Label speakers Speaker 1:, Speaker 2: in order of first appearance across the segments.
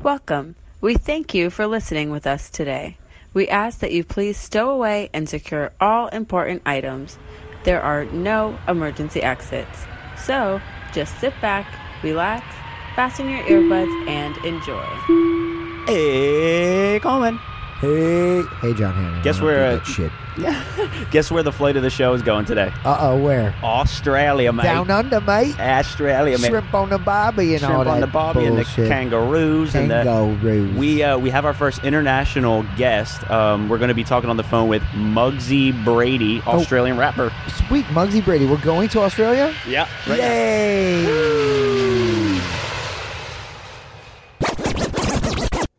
Speaker 1: Welcome. We thank you for listening with us today. We ask that you please stow away and secure all important items. There are no emergency exits. So just sit back, relax, fasten your earbuds, and enjoy.
Speaker 2: Hey, Coleman.
Speaker 3: Hey, hey, John Hannon.
Speaker 2: Guess
Speaker 3: I don't
Speaker 2: where,
Speaker 3: do
Speaker 2: uh,
Speaker 3: that shit.
Speaker 2: Guess where the flight of the show is going today?
Speaker 3: Uh oh, where?
Speaker 2: Australia, mate.
Speaker 3: Down under, mate.
Speaker 2: Australia, mate.
Speaker 3: Shrimp on the barbie and
Speaker 2: Shrimp
Speaker 3: all that
Speaker 2: on the barbie and the
Speaker 3: bullshit.
Speaker 2: kangaroos and the.
Speaker 3: Kangaroos.
Speaker 2: We uh, we have our first international guest. Um, we're going to be talking on the phone with Muggsy Brady,
Speaker 3: Oh.
Speaker 2: Australian rapper.
Speaker 3: Sweet Muggsy Brady. We're going to Australia.
Speaker 2: Yeah,
Speaker 3: Yay!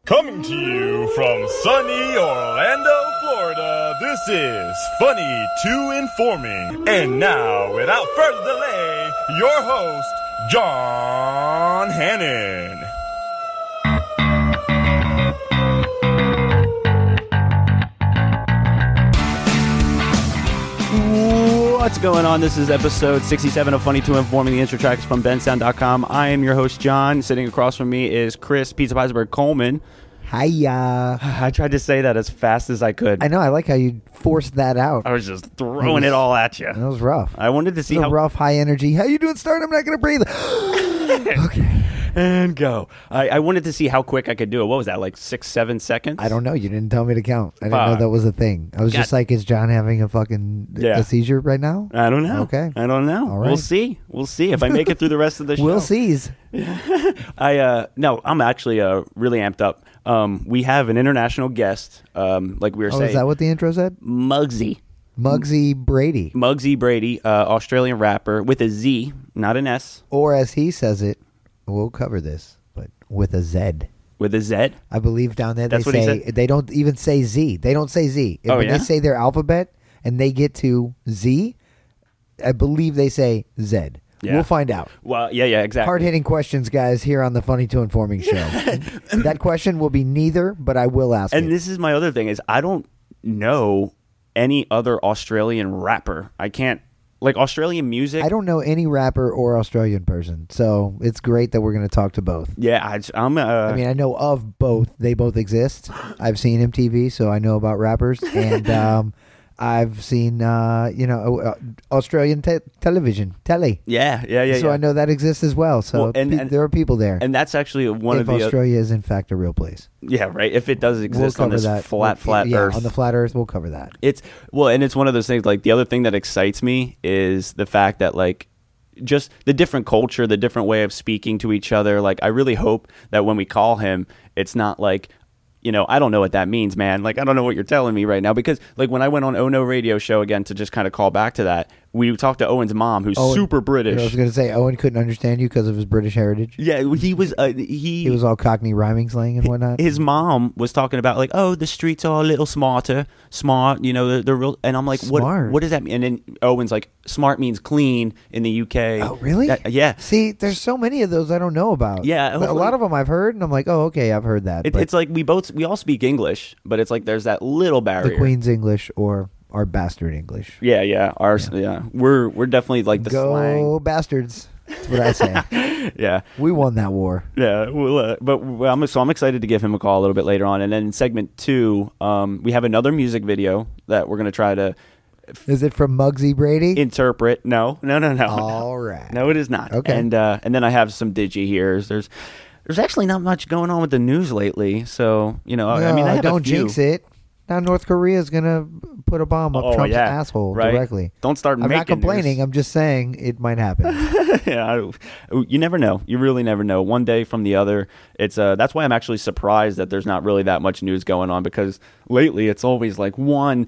Speaker 4: Coming to you from sunny Orlando, Florida, this is Funny to Informing. And now, without further delay, your host, John Hannon.
Speaker 2: What's going on? This is episode 67 of Funny 2 Informing the intro tracks from bensound.com. I am your host, John. Sitting across from me is Chris Pizza Heisberg Coleman.
Speaker 3: Hiya.
Speaker 2: I tried to say that as fast as I could.
Speaker 3: I know. I like how you forced that out.
Speaker 2: I was just throwing it all at
Speaker 3: That
Speaker 2: you.
Speaker 3: was rough.
Speaker 2: I wanted to Uh, see
Speaker 3: It was a
Speaker 2: how
Speaker 3: rough, high energy. How you doing, Start? I'm not gonna breathe. okay.
Speaker 2: and go. I, I wanted to see how quick I could do it. What was that? Like six, seven seconds?
Speaker 3: I don't know. You didn't tell me to count. I didn't know
Speaker 2: Fuck.
Speaker 3: that was a thing. I was
Speaker 2: God.
Speaker 3: just like, is John having a fucking
Speaker 2: Yeah. Uh,
Speaker 3: a seizure right now?
Speaker 2: I don't know.
Speaker 3: Okay.
Speaker 2: I don't know.
Speaker 3: All right.
Speaker 2: We'll see. We'll see if I make it through the rest of the show.
Speaker 3: We'll seize.
Speaker 2: I uh no, I'm actually uh really amped up. Um, we have an international guest. Um, like we were
Speaker 3: Oh,
Speaker 2: saying,
Speaker 3: is that what the intro said?
Speaker 2: Muggsy,
Speaker 3: Muggsy Brady,
Speaker 2: Muggsy Brady, uh, Australian rapper with a Z, not an S,
Speaker 3: or as he says it, we'll cover this, but with a Z.
Speaker 2: with a Z.
Speaker 3: I believe down there
Speaker 2: That's
Speaker 3: they
Speaker 2: what he
Speaker 3: say
Speaker 2: said?
Speaker 3: they don't even say Z. They don't say Z.
Speaker 2: Oh,
Speaker 3: when
Speaker 2: yeah?
Speaker 3: they say their alphabet and they get to Z, I believe they say Z.
Speaker 2: Yeah.
Speaker 3: We'll find out.
Speaker 2: Well, yeah, yeah, exactly.
Speaker 3: Hard hitting questions, guys, here on the Funny to Informing show. that question will be neither, but I will ask.
Speaker 2: And
Speaker 3: it.
Speaker 2: this is my other thing is I don't know any other Australian rapper. I can't like Australian music.
Speaker 3: I don't know any rapper or Australian person, so it's great that we're going to talk to both.
Speaker 2: Yeah, I, I'm. Uh,
Speaker 3: I mean, I know of both. They both exist. I've seen MTV, so I know about rappers, and um, I've seen uh, you know uh, Australian te- television, telly.
Speaker 2: yeah, yeah, yeah.
Speaker 3: so
Speaker 2: yeah.
Speaker 3: I know that exists as well. So
Speaker 2: Well, and-
Speaker 3: pe-
Speaker 2: and-
Speaker 3: there are people there.
Speaker 2: And that's actually one
Speaker 3: if
Speaker 2: of the uh,
Speaker 3: Australia is in fact a real place,
Speaker 2: yeah, right. If it does
Speaker 3: we'll
Speaker 2: exist
Speaker 3: cover
Speaker 2: on this
Speaker 3: that.
Speaker 2: flat,
Speaker 3: We'll-
Speaker 2: flat
Speaker 3: yeah,
Speaker 2: Earth,
Speaker 3: on the flat Earth, we'll cover that.
Speaker 2: it's well, and it's one of those things. Like the other thing that excites me is the fact that like just the different culture, the different way of speaking to each other. Like I really hope that when we call him, it's not like. You know, I don't know what that means, man. Like, I don't know what you're telling me right now because, like, when I went on Oh No Radio Show again to just kind of call back to that, we talked to Owen's mom, who's
Speaker 3: Owen-
Speaker 2: super British.
Speaker 3: I was going to say Owen couldn't understand you because of his British heritage.
Speaker 2: Yeah, he was. Uh, he,
Speaker 3: He was all Cockney rhyming slang and whatnot.
Speaker 2: His mom was talking about like, oh, the streets are a little smarter, smart. You know, they're, they're real. And I'm like,
Speaker 3: Smart.
Speaker 2: what? What does that mean? And then Owen's like, smart means clean in the UK.
Speaker 3: Oh, really?
Speaker 2: That- yeah.
Speaker 3: See, there's so many of those I don't know about.
Speaker 2: Yeah,
Speaker 3: But a
Speaker 2: hopefully-
Speaker 3: lot of them I've heard, and I'm like, oh, okay, I've heard that.
Speaker 2: It,
Speaker 3: but
Speaker 2: it's like we both we all speak English, but it's like there's that little barrier.
Speaker 3: the Queen's English or our bastard English.
Speaker 2: Yeah, yeah. Our yeah. We're we're definitely like the
Speaker 3: Go bastards! That's what I say.
Speaker 2: slang. Yeah.
Speaker 3: we won that war.
Speaker 2: Yeah, well, uh, but well, I'm so I'm excited to give him a call a little bit later on, and then in segment two, um, we have another music video that we're gonna try to
Speaker 3: Is it from Muggsy Brady?
Speaker 2: interpret. No, no, no, no.
Speaker 3: All right.
Speaker 2: No, it is not.
Speaker 3: Okay.
Speaker 2: And uh, and then I have some digi here. There's there's actually not much going on with the news lately. So you know, oh, I mean, I
Speaker 3: No,
Speaker 2: have a
Speaker 3: don't
Speaker 2: few.
Speaker 3: jinx it. Now North Korea's gonna put a bomb up
Speaker 2: Oh,
Speaker 3: Trump's
Speaker 2: yeah,
Speaker 3: asshole
Speaker 2: right.
Speaker 3: directly.
Speaker 2: Don't start
Speaker 3: I'm
Speaker 2: making
Speaker 3: not complaining.
Speaker 2: news.
Speaker 3: I'm just saying it might happen.
Speaker 2: yeah, I- you never know. You really never know. One day from the other, it's uh, that's why I'm actually surprised that there's not really that much news going on because lately it's always like one.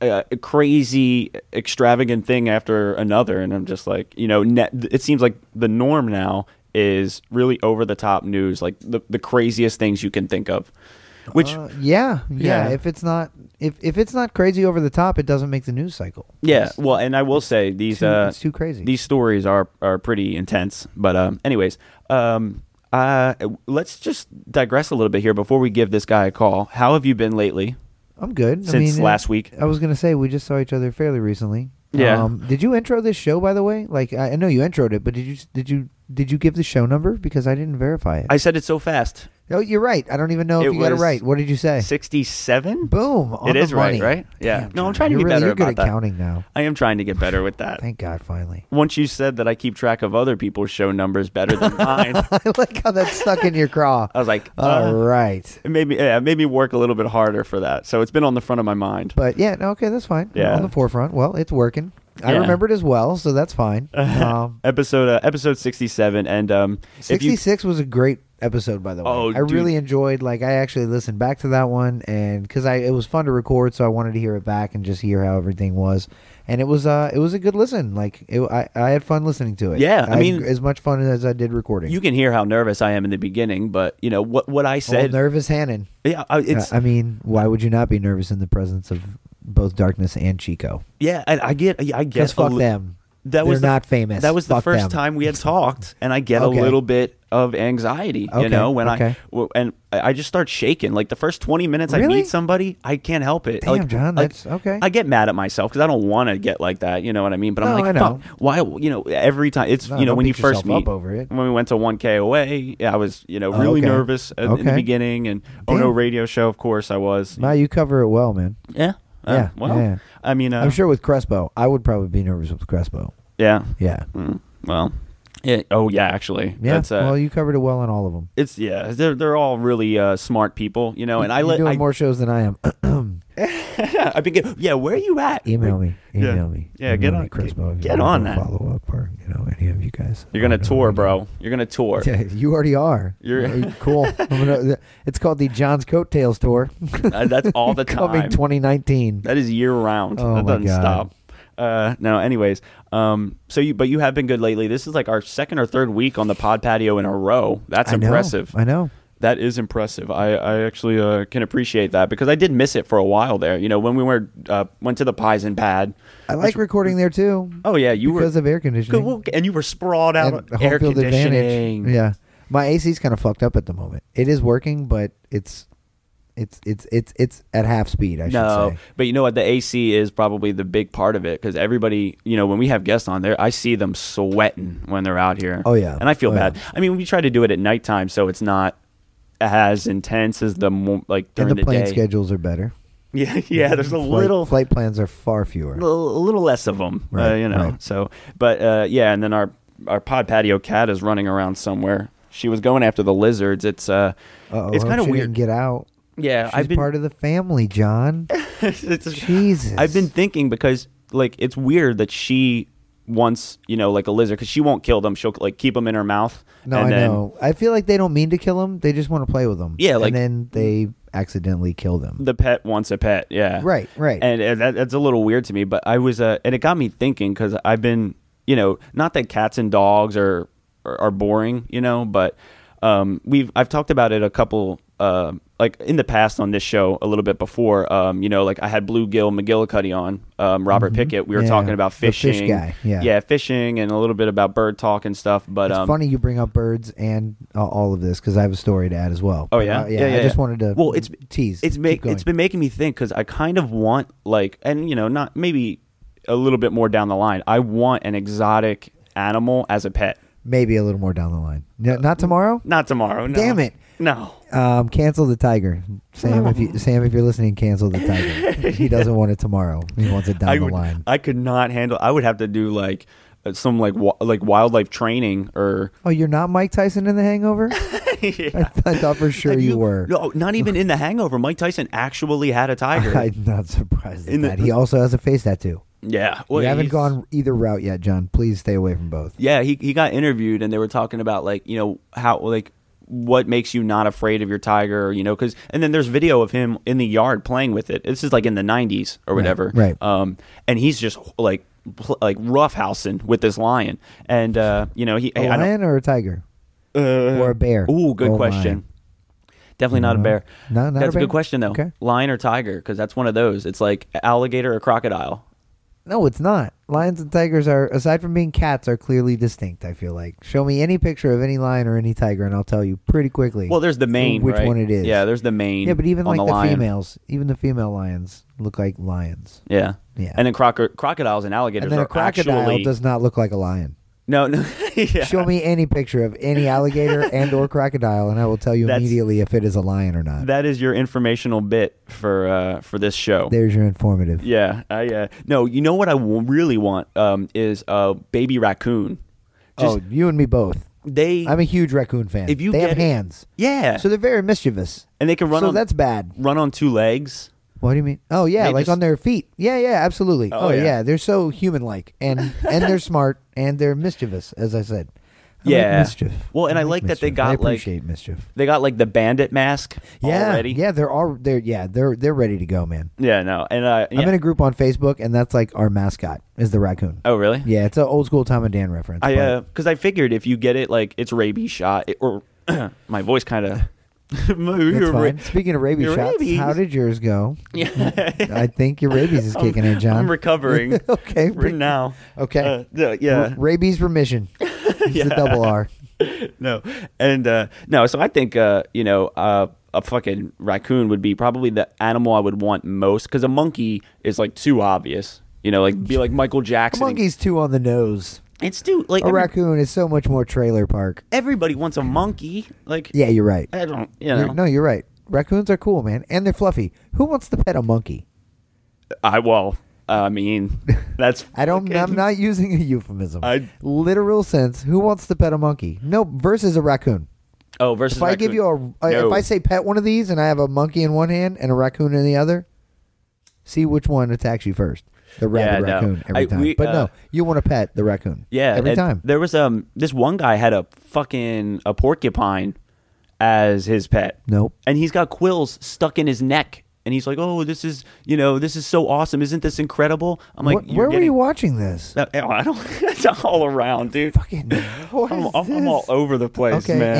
Speaker 2: Uh, crazy, extravagant thing after another, and I'm just like, you know, net, it seems like the norm now is really over the top news, like the the craziest things you can think of, which
Speaker 3: Uh, yeah, yeah,
Speaker 2: Yeah.
Speaker 3: If it's not if if it's not crazy over the top, it doesn't make the news cycle.
Speaker 2: Yeah, well, and I will say these
Speaker 3: too-
Speaker 2: uh,
Speaker 3: it's too crazy.
Speaker 2: These stories are are pretty intense, but um, anyways, um, uh, let's just digress a little bit here before we give this guy a call. How have you been lately?
Speaker 3: I'm good. I
Speaker 2: Since
Speaker 3: mean,
Speaker 2: last week.
Speaker 3: I was gonna say we just saw each other fairly recently.
Speaker 2: Yeah.
Speaker 3: Um, did you intro this show by the way? Like I, I know you introed it, but did you did you did you give the show number because I didn't verify it?
Speaker 2: I said it so fast.
Speaker 3: oh, you're right. I don't even know
Speaker 2: It
Speaker 3: if you got it
Speaker 2: was
Speaker 3: right. What did you say?
Speaker 2: Sixty-seven.
Speaker 3: Boom. On
Speaker 2: It
Speaker 3: the
Speaker 2: is right,
Speaker 3: money.
Speaker 2: right? Yeah.
Speaker 3: Damn,
Speaker 2: No, I'm
Speaker 3: John,
Speaker 2: trying to
Speaker 3: you're
Speaker 2: get
Speaker 3: really,
Speaker 2: better
Speaker 3: You're good
Speaker 2: about that.
Speaker 3: at counting now.
Speaker 2: I am trying to get better with that.
Speaker 3: Thank God, finally.
Speaker 2: Once you said that I keep track of other people's show numbers better than mine, I
Speaker 3: I like how that's stuck in your craw.
Speaker 2: was like,
Speaker 3: All
Speaker 2: uh,
Speaker 3: right.
Speaker 2: it made me yeah, it made me work a little bit harder for that. So it's been on the front of my mind.
Speaker 3: But yeah, no, okay, that's fine.
Speaker 2: Yeah.
Speaker 3: On the forefront. Well, it's working. I
Speaker 2: Yeah.
Speaker 3: remembered as well, so that's fine. Um,
Speaker 2: Episode uh, episode 67 and um if you
Speaker 3: 66 was a great episode by the way
Speaker 2: Oh,
Speaker 3: i
Speaker 2: dude.
Speaker 3: really enjoyed like i actually listened back to that one and because i it was fun to record so i wanted to hear it back and just hear how everything was and it was uh it was a good listen like it, I, I had fun listening to it
Speaker 2: Yeah, I
Speaker 3: had
Speaker 2: mean-
Speaker 3: as much fun as i did recording
Speaker 2: you can hear how nervous I am in the beginning, but you know what what I
Speaker 3: Old
Speaker 2: said
Speaker 3: nervous hannon Uh,
Speaker 2: yeah, I- it's
Speaker 3: i mean why would you not be nervous in the presence of both darkness and chico
Speaker 2: yeah, and I get I
Speaker 3: because
Speaker 2: guess a
Speaker 3: fuck
Speaker 2: li-
Speaker 3: them
Speaker 2: That
Speaker 3: They're
Speaker 2: was the-
Speaker 3: not famous
Speaker 2: That was the
Speaker 3: Fuck
Speaker 2: first
Speaker 3: them.
Speaker 2: time we had talked, and I get
Speaker 3: Okay.
Speaker 2: a little bit of anxiety.
Speaker 3: Okay,
Speaker 2: You know, when I
Speaker 3: okay.
Speaker 2: w- and I I just start shaking. Like the first twenty minutes I
Speaker 3: Really?
Speaker 2: meet somebody, I can't help it.
Speaker 3: Damn,
Speaker 2: like,
Speaker 3: John,
Speaker 2: like,
Speaker 3: that's- okay.
Speaker 2: I get mad at myself because I don't want to get like that. You know what I mean? But
Speaker 3: No,
Speaker 2: I'm
Speaker 3: I
Speaker 2: like,
Speaker 3: know.
Speaker 2: fuck, why? You know, every time it's
Speaker 3: No,
Speaker 2: you know
Speaker 3: don't
Speaker 2: when you
Speaker 3: beat yourself
Speaker 2: first meet
Speaker 3: up over it.
Speaker 2: when we went to one K away, I was you know
Speaker 3: Oh,
Speaker 2: really
Speaker 3: okay.
Speaker 2: nervous at, in the
Speaker 3: Okay.
Speaker 2: beginning, and oh no,
Speaker 3: Damn.
Speaker 2: radio show, of course I was.
Speaker 3: now you cover it well man
Speaker 2: yeah. Uh,
Speaker 3: Yeah,
Speaker 2: Well,
Speaker 3: yeah.
Speaker 2: I mean, uh,
Speaker 3: i'm sure with crespo i would probably be nervous with crespo
Speaker 2: Yeah.
Speaker 3: yeah
Speaker 2: Mm, well. Yeah. oh yeah, actually.
Speaker 3: yeah
Speaker 2: That's, uh,
Speaker 3: well you covered it well on all of them
Speaker 2: it's yeah they're they're all really uh, smart people you know Oh, and i
Speaker 3: You're
Speaker 2: let
Speaker 3: doing
Speaker 2: I,
Speaker 3: more shows than I am.
Speaker 2: I've been get- yeah where are you at
Speaker 3: Email me.
Speaker 2: Yeah.
Speaker 3: Email me.
Speaker 2: Yeah,
Speaker 3: Email
Speaker 2: get
Speaker 3: me,
Speaker 2: on-
Speaker 3: Chris Bowe, if you
Speaker 2: get
Speaker 3: want
Speaker 2: on
Speaker 3: to
Speaker 2: that.
Speaker 3: Follow up or you know any of you guys.
Speaker 2: you're gonna
Speaker 3: Oh, I don't
Speaker 2: tour
Speaker 3: know.
Speaker 2: bro you're gonna tour
Speaker 3: Yeah, you already are.
Speaker 2: You're-
Speaker 3: Hey, cool. I'm gonna- it's called the John's Coattails Tour.
Speaker 2: Uh, that's all the
Speaker 3: Coming
Speaker 2: time
Speaker 3: 2019.
Speaker 2: that is year round
Speaker 3: Oh,
Speaker 2: that
Speaker 3: my
Speaker 2: doesn't
Speaker 3: God.
Speaker 2: stop uh no anyways um so you but you have been good lately this is like our second or third week on the pod patio in a row that's
Speaker 3: I know,
Speaker 2: impressive
Speaker 3: I know.
Speaker 2: That is impressive. I, I actually uh, can appreciate that because I did miss it for a while there. You know, when we were uh, went to the pies and pad.
Speaker 3: I like recording there too.
Speaker 2: Oh yeah, you
Speaker 3: because
Speaker 2: were
Speaker 3: of air
Speaker 2: Good,
Speaker 3: conditioning
Speaker 2: well, and you were sprawled out
Speaker 3: and
Speaker 2: on
Speaker 3: home
Speaker 2: air
Speaker 3: field
Speaker 2: conditioning.
Speaker 3: advantage. Yeah, my AC's kind of fucked up at the moment. It is working, but it's it's it's it's it's at half speed. I should
Speaker 2: No,
Speaker 3: say.
Speaker 2: but you know what? The AC is probably the big part of it because everybody, you know, when we have guests on there, I see them sweating when they're out here.
Speaker 3: Oh, yeah.
Speaker 2: and I feel
Speaker 3: Oh,
Speaker 2: bad.
Speaker 3: yeah.
Speaker 2: I mean, we try to do it at nighttime, so it's not as intense as the mo- like during
Speaker 3: and the plane
Speaker 2: day.
Speaker 3: schedules are better.
Speaker 2: Yeah, yeah. There's a
Speaker 3: Flight-
Speaker 2: little
Speaker 3: flight plans are far fewer.
Speaker 2: a little less of them, uh,
Speaker 3: Right,
Speaker 2: you know.
Speaker 3: right.
Speaker 2: So, but uh, yeah, and then our our pod patio cat is running around somewhere. She was going after the lizards. It's uh,
Speaker 3: Uh-oh,
Speaker 2: it's
Speaker 3: I hope
Speaker 2: kind of
Speaker 3: she
Speaker 2: weird.
Speaker 3: Didn't get out.
Speaker 2: yeah,
Speaker 3: She's
Speaker 2: I've been
Speaker 3: part of the family, John.
Speaker 2: it's a-
Speaker 3: Jesus.
Speaker 2: I've been thinking because like it's weird that she wants you know like a lizard because she won't kill them. She'll like keep them in her mouth.
Speaker 3: No,
Speaker 2: and
Speaker 3: I
Speaker 2: then-
Speaker 3: know. I feel like they don't mean to kill them. They just want to play with them.
Speaker 2: Yeah, like-
Speaker 3: and then they accidentally kill them.
Speaker 2: the pet wants a pet. Yeah.
Speaker 3: Right, right.
Speaker 2: And, and that, that's a little weird to me, but I was, uh, and it got me thinking because I've been, you know, not that cats and dogs are are, are boring, you know, but um, we've I've talked about it a couple. Uh, like in the past on this show a little bit before, um, you know, like I had Bluegill McGillicuddy on, um, Robert Pickett. We were
Speaker 3: Mm-hmm. Yeah,
Speaker 2: talking about
Speaker 3: the fish
Speaker 2: fishing,
Speaker 3: guy, yeah.
Speaker 2: fishing, and a little bit about bird talk and stuff. But
Speaker 3: it's
Speaker 2: um,
Speaker 3: funny you bring up birds and uh, all of this because I have a story to add as well.
Speaker 2: Oh
Speaker 3: But,
Speaker 2: yeah?
Speaker 3: uh, yeah. I just wanted to.
Speaker 2: Well, it's
Speaker 3: tease.
Speaker 2: It's
Speaker 3: Keep
Speaker 2: make
Speaker 3: going.
Speaker 2: it's been making me think because I kind of want like, and you know, not maybe a little bit more down the line. I want an exotic animal as a pet.
Speaker 3: maybe a little more down the line.
Speaker 2: Uh,
Speaker 3: No, not tomorrow.
Speaker 2: Not tomorrow. No.
Speaker 3: Damn it.
Speaker 2: No.
Speaker 3: Um, cancel the tiger, Sam. If you Sam, if you're listening, cancel the tiger. He doesn't want it tomorrow. He wants it down
Speaker 2: I
Speaker 3: the
Speaker 2: would.
Speaker 3: line.
Speaker 2: I could not handle. I would have to do like uh, some like wa- like wildlife training or.
Speaker 3: Oh, you're not Mike Tyson in The Hangover? I, th- I thought for sure
Speaker 2: Have
Speaker 3: you, were.
Speaker 2: No, Oh, not even in The Hangover. Mike Tyson actually had a tiger.
Speaker 3: I'm not surprised at
Speaker 2: In the-
Speaker 3: that. he also has a face tattoo.
Speaker 2: yeah.
Speaker 3: We
Speaker 2: Well,
Speaker 3: haven't
Speaker 2: he's-
Speaker 3: gone either route yet, John. Please stay away from both.
Speaker 2: yeah he, he got interviewed and they were talking about like you know how like what makes you not afraid of your tiger you know because and then there's video of him in the yard playing with it this is like in the 90s or whatever
Speaker 3: right.
Speaker 2: um and he's just like pl- like roughhousing with this lion and uh you know he
Speaker 3: A
Speaker 2: I don't-
Speaker 3: lion or a tiger? or a bear?
Speaker 2: Ooh, good
Speaker 3: Or a
Speaker 2: question.
Speaker 3: lion?
Speaker 2: Definitely not a
Speaker 3: No.
Speaker 2: bear.
Speaker 3: No, not a
Speaker 2: that's a,
Speaker 3: bear?
Speaker 2: good question though.
Speaker 3: Okay.
Speaker 2: Lion or tiger? Because that's one of those. It's like alligator or crocodile.
Speaker 3: No, it's not. lions and tigers are, aside from being cats, are clearly distinct. I feel like. Show me any picture of any lion or any tiger, and I'll tell you pretty quickly.
Speaker 2: Well, there's the main,
Speaker 3: which
Speaker 2: right?
Speaker 3: one it is.
Speaker 2: Yeah, there's the main.
Speaker 3: yeah, but even
Speaker 2: on
Speaker 3: like the,
Speaker 2: lion.
Speaker 3: females, even the female lions look like lions.
Speaker 2: Yeah,
Speaker 3: Yeah.
Speaker 2: And then croco- crocodiles and alligators
Speaker 3: And then
Speaker 2: are
Speaker 3: a crocodile
Speaker 2: actually
Speaker 3: does not look like a lion.
Speaker 2: no, no. yeah.
Speaker 3: Show me any picture of any alligator and or crocodile, and I will tell you
Speaker 2: That's-
Speaker 3: immediately if it is a lion or not.
Speaker 2: That is your informational bit for uh, for this show.
Speaker 3: There's your informative.
Speaker 2: Yeah, I uh, no. You know what I w- really want um, is a baby raccoon. Just
Speaker 3: oh, you and me both.
Speaker 2: they.
Speaker 3: I'm a huge raccoon fan.
Speaker 2: If you
Speaker 3: they have
Speaker 2: get it-
Speaker 3: hands,
Speaker 2: yeah,
Speaker 3: so they're very mischievous.
Speaker 2: and they can run.
Speaker 3: so
Speaker 2: on,
Speaker 3: that's bad.
Speaker 2: run on two legs.
Speaker 3: What do you mean? Oh yeah,
Speaker 2: They
Speaker 3: like
Speaker 2: just-
Speaker 3: on their feet. Yeah, yeah, absolutely.
Speaker 2: Oh,
Speaker 3: Oh,
Speaker 2: yeah.
Speaker 3: yeah. they're so human-like, and and they're smart, and they're mischievous, as I said. I like
Speaker 2: Yeah.
Speaker 3: mischief.
Speaker 2: Well, and I like that they
Speaker 3: mischief.
Speaker 2: got,
Speaker 3: I
Speaker 2: like-
Speaker 3: appreciate mischief.
Speaker 2: They got like the bandit mask
Speaker 3: Yeah,
Speaker 2: already.
Speaker 3: yeah, they're all they're yeah they're they're ready to go, man.
Speaker 2: yeah, no, and uh, yeah.
Speaker 3: I'm in a group on Facebook, and that's like our mascot is the raccoon.
Speaker 2: oh, really?
Speaker 3: Yeah, it's an old school Tom and Dan reference.
Speaker 2: I uh,
Speaker 3: but-
Speaker 2: because I figured if you get it, like it's rabies shot, it, or my voice kind of.
Speaker 3: That's fine. Speaking of rabies
Speaker 2: Your
Speaker 3: shots,
Speaker 2: rabies.
Speaker 3: how did yours go?
Speaker 2: Yeah,
Speaker 3: I think your rabies is kicking in, John.
Speaker 2: I'm recovering.
Speaker 3: okay,
Speaker 2: for now.
Speaker 3: okay.
Speaker 2: Uh, yeah,
Speaker 3: R- rabies remission. It's the double R.
Speaker 2: no, and uh, no. So I think uh, you know uh, a fucking raccoon would be probably the animal I would want most because a monkey is like too obvious. You know, like be like Michael
Speaker 3: A
Speaker 2: Jackson.
Speaker 3: monkey's too on the nose.
Speaker 2: It's too like
Speaker 3: A
Speaker 2: every-
Speaker 3: raccoon is so much more trailer park.
Speaker 2: everybody wants a monkey. Like
Speaker 3: Yeah, you're right.
Speaker 2: I don't. You know,
Speaker 3: You're- no, you're right. Raccoons are cool, man, and they're fluffy. Who wants to pet a monkey?
Speaker 2: I well, I mean, that's
Speaker 3: I don't.
Speaker 2: fucking-
Speaker 3: I'm not using a euphemism.
Speaker 2: I-
Speaker 3: Literal sense. Who wants to pet a monkey? No, versus a raccoon.
Speaker 2: Oh, versus
Speaker 3: If I give you a, uh,
Speaker 2: No.
Speaker 3: if I say pet one of these, and I have a monkey in one hand and a raccoon in the other, see which one attacks you first. The rabid
Speaker 2: no.
Speaker 3: raccoon every
Speaker 2: I-
Speaker 3: time.
Speaker 2: we,
Speaker 3: but
Speaker 2: uh,
Speaker 3: no, you want to pet the raccoon.
Speaker 2: Yeah,
Speaker 3: every
Speaker 2: and
Speaker 3: time.
Speaker 2: There was um this one guy had a fucking a porcupine as his pet.
Speaker 3: Nope.
Speaker 2: And he's got quills stuck in his neck. And he's like, "Oh, this is you know, this is so awesome! Isn't this incredible?" I'm like,
Speaker 3: Wh-
Speaker 2: "You're
Speaker 3: where were
Speaker 2: getting-
Speaker 3: you watching this?
Speaker 2: No, I don't. it's all around, dude.
Speaker 3: Fucking. what
Speaker 2: I'm,
Speaker 3: is
Speaker 2: I'm, I'm all
Speaker 3: this?
Speaker 2: over the place,
Speaker 3: Okay,
Speaker 2: man.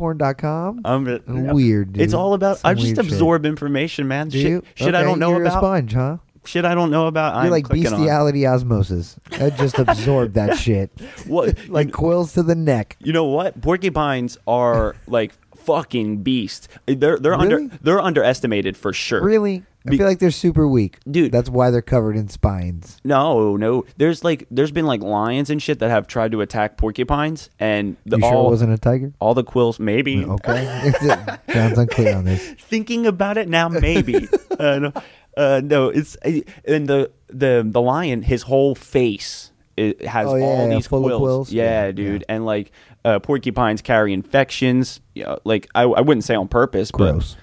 Speaker 3: animaluporn.com.
Speaker 2: I'm a-
Speaker 3: Weird, dude.
Speaker 2: It's all about.
Speaker 3: Some
Speaker 2: I just
Speaker 3: weird shit.
Speaker 2: absorb information, man.
Speaker 3: Do
Speaker 2: shit,
Speaker 3: you?
Speaker 2: shit I
Speaker 3: Okay,
Speaker 2: don't know
Speaker 3: you're
Speaker 2: about.
Speaker 3: A sponge, huh?
Speaker 2: Shit I don't know about.
Speaker 3: You're
Speaker 2: I'm
Speaker 3: like
Speaker 2: clicking on.
Speaker 3: bestiality osmosis. I just absorbed that shit.
Speaker 2: What-
Speaker 3: like coils to the neck.
Speaker 2: You know what? Porcupines are like fucking beasts. They're they're
Speaker 3: Really?
Speaker 2: under they're underestimated for sure.
Speaker 3: Really? I
Speaker 2: Be-
Speaker 3: feel like they're super weak,
Speaker 2: Dude.
Speaker 3: That's why they're covered in spines.
Speaker 2: No, no. There's like there's been like lions and shit that have tried to attack porcupines and the
Speaker 3: You
Speaker 2: all
Speaker 3: sure it wasn't a tiger?
Speaker 2: all the quills maybe.
Speaker 3: Okay, John's unclear on this.
Speaker 2: Thinking about it now maybe. uh, no, uh, no, it's uh, and the the the lion his whole face it has
Speaker 3: Oh, yeah,
Speaker 2: all
Speaker 3: yeah,
Speaker 2: these
Speaker 3: full of
Speaker 2: quills.
Speaker 3: quills.
Speaker 2: Yeah,
Speaker 3: Yeah,
Speaker 2: dude. And like uh, porcupines carry infections. Yeah, like I, I wouldn't say on purpose,
Speaker 3: Gross.
Speaker 2: but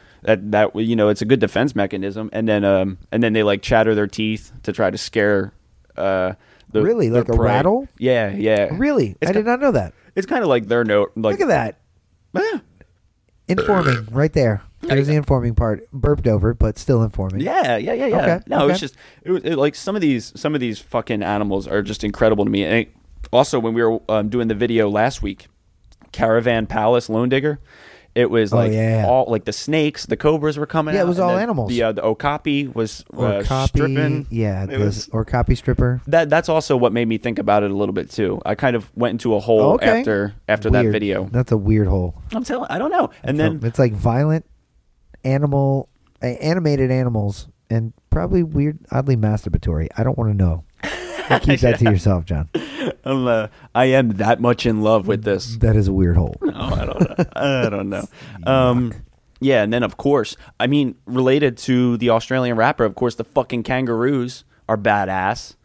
Speaker 2: that that you know it's a good defense mechanism and then um and then they like chatter their teeth to try to scare uh the,
Speaker 3: Really?
Speaker 2: their
Speaker 3: Like a
Speaker 2: prey.
Speaker 3: rattle?
Speaker 2: yeah yeah
Speaker 3: Really?
Speaker 2: it's,
Speaker 3: I did
Speaker 2: ki-
Speaker 3: not know that.
Speaker 2: it's kind of like their note like
Speaker 3: Look at that. Informing right there. There's the informing part. Burped over, but still informing.
Speaker 2: yeah yeah yeah yeah
Speaker 3: Okay,
Speaker 2: no it's
Speaker 3: okay.
Speaker 2: just it, was- it, like some of these some of these fucking animals are just incredible to me and it- also when we were um, doing the video last week caravan palace loan digger it was like
Speaker 3: Oh, yeah.
Speaker 2: all like the snakes, the cobras were coming.
Speaker 3: Yeah, it
Speaker 2: out,
Speaker 3: was
Speaker 2: and
Speaker 3: all
Speaker 2: the-
Speaker 3: animals.
Speaker 2: The uh, the okapi was
Speaker 3: Or
Speaker 2: uh,
Speaker 3: copy.
Speaker 2: stripping.
Speaker 3: Yeah.
Speaker 2: it
Speaker 3: the-
Speaker 2: was
Speaker 3: or copy stripper.
Speaker 2: that that's also what made me think about it a little bit too. I kind of went into a hole
Speaker 3: Okay.
Speaker 2: after after that
Speaker 3: Weird.
Speaker 2: video.
Speaker 3: That's a weird hole.
Speaker 2: I'm telling, I don't know. And then
Speaker 3: it's like violent animal uh, animated animals and probably weird oddly masturbatory i don't want to know You keep that to yourself john
Speaker 2: I'm, uh, I am that much in love with this.
Speaker 3: that is a weird hole
Speaker 2: Oh, I don't know. I don't know. Um, yeah, and then of course, I mean, related to the Australian rapper, of course, the fucking kangaroos are badass.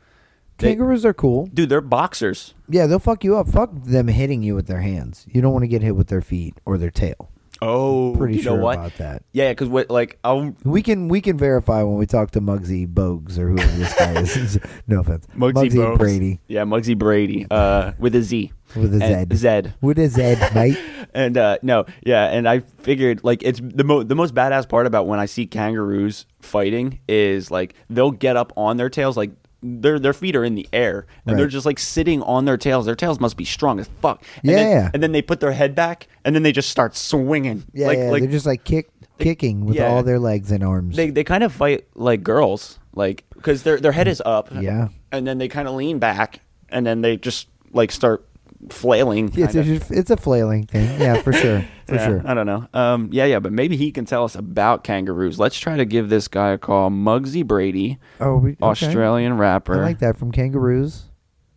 Speaker 2: They-
Speaker 3: kangaroos are cool
Speaker 2: dude, they're boxers.
Speaker 3: yeah they'll fuck you up fuck them hitting you with their hands you don't want to get hit with their feet or their tail
Speaker 2: Oh,
Speaker 3: pretty
Speaker 2: you know
Speaker 3: sure
Speaker 2: what?
Speaker 3: about that.
Speaker 2: Yeah, because what like I'll
Speaker 3: we can we can verify when we talk to Muggsy Bogues or whoever this guy is. no offense, Muggsy, Brady
Speaker 2: Yeah, Muggsy Brady uh, with a Z.
Speaker 3: with a
Speaker 2: And-
Speaker 3: Z.
Speaker 2: Zed.
Speaker 3: with a Z, mate.
Speaker 2: and uh, no, yeah, and I figured like it's the mo- the most badass part about when I see kangaroos fighting is like they'll get up on their tails like their their feet are in the air and they're
Speaker 3: Right.
Speaker 2: just like sitting on their tails. Their tails must be strong as fuck. And
Speaker 3: Yeah.
Speaker 2: then, and then they put their head back and then they just start swinging.
Speaker 3: Yeah,
Speaker 2: like
Speaker 3: yeah,
Speaker 2: like
Speaker 3: they're just like kick kicking with
Speaker 2: Yeah.
Speaker 3: all their legs and arms.
Speaker 2: they they kind of fight like girls like because their their head is up.
Speaker 3: Yeah.
Speaker 2: and then they kind of lean back, and then they just like start flailing.
Speaker 3: It's
Speaker 2: kinda.
Speaker 3: a, it's a flailing thing. Yeah, for sure. For
Speaker 2: Yeah,
Speaker 3: sure.
Speaker 2: I don't know. Um, yeah, yeah, but maybe he can tell us about kangaroos. Let's try to give this guy a call, Muggsy Brady,
Speaker 3: Oh, we, okay.
Speaker 2: Australian rapper.
Speaker 3: I like that from kangaroos.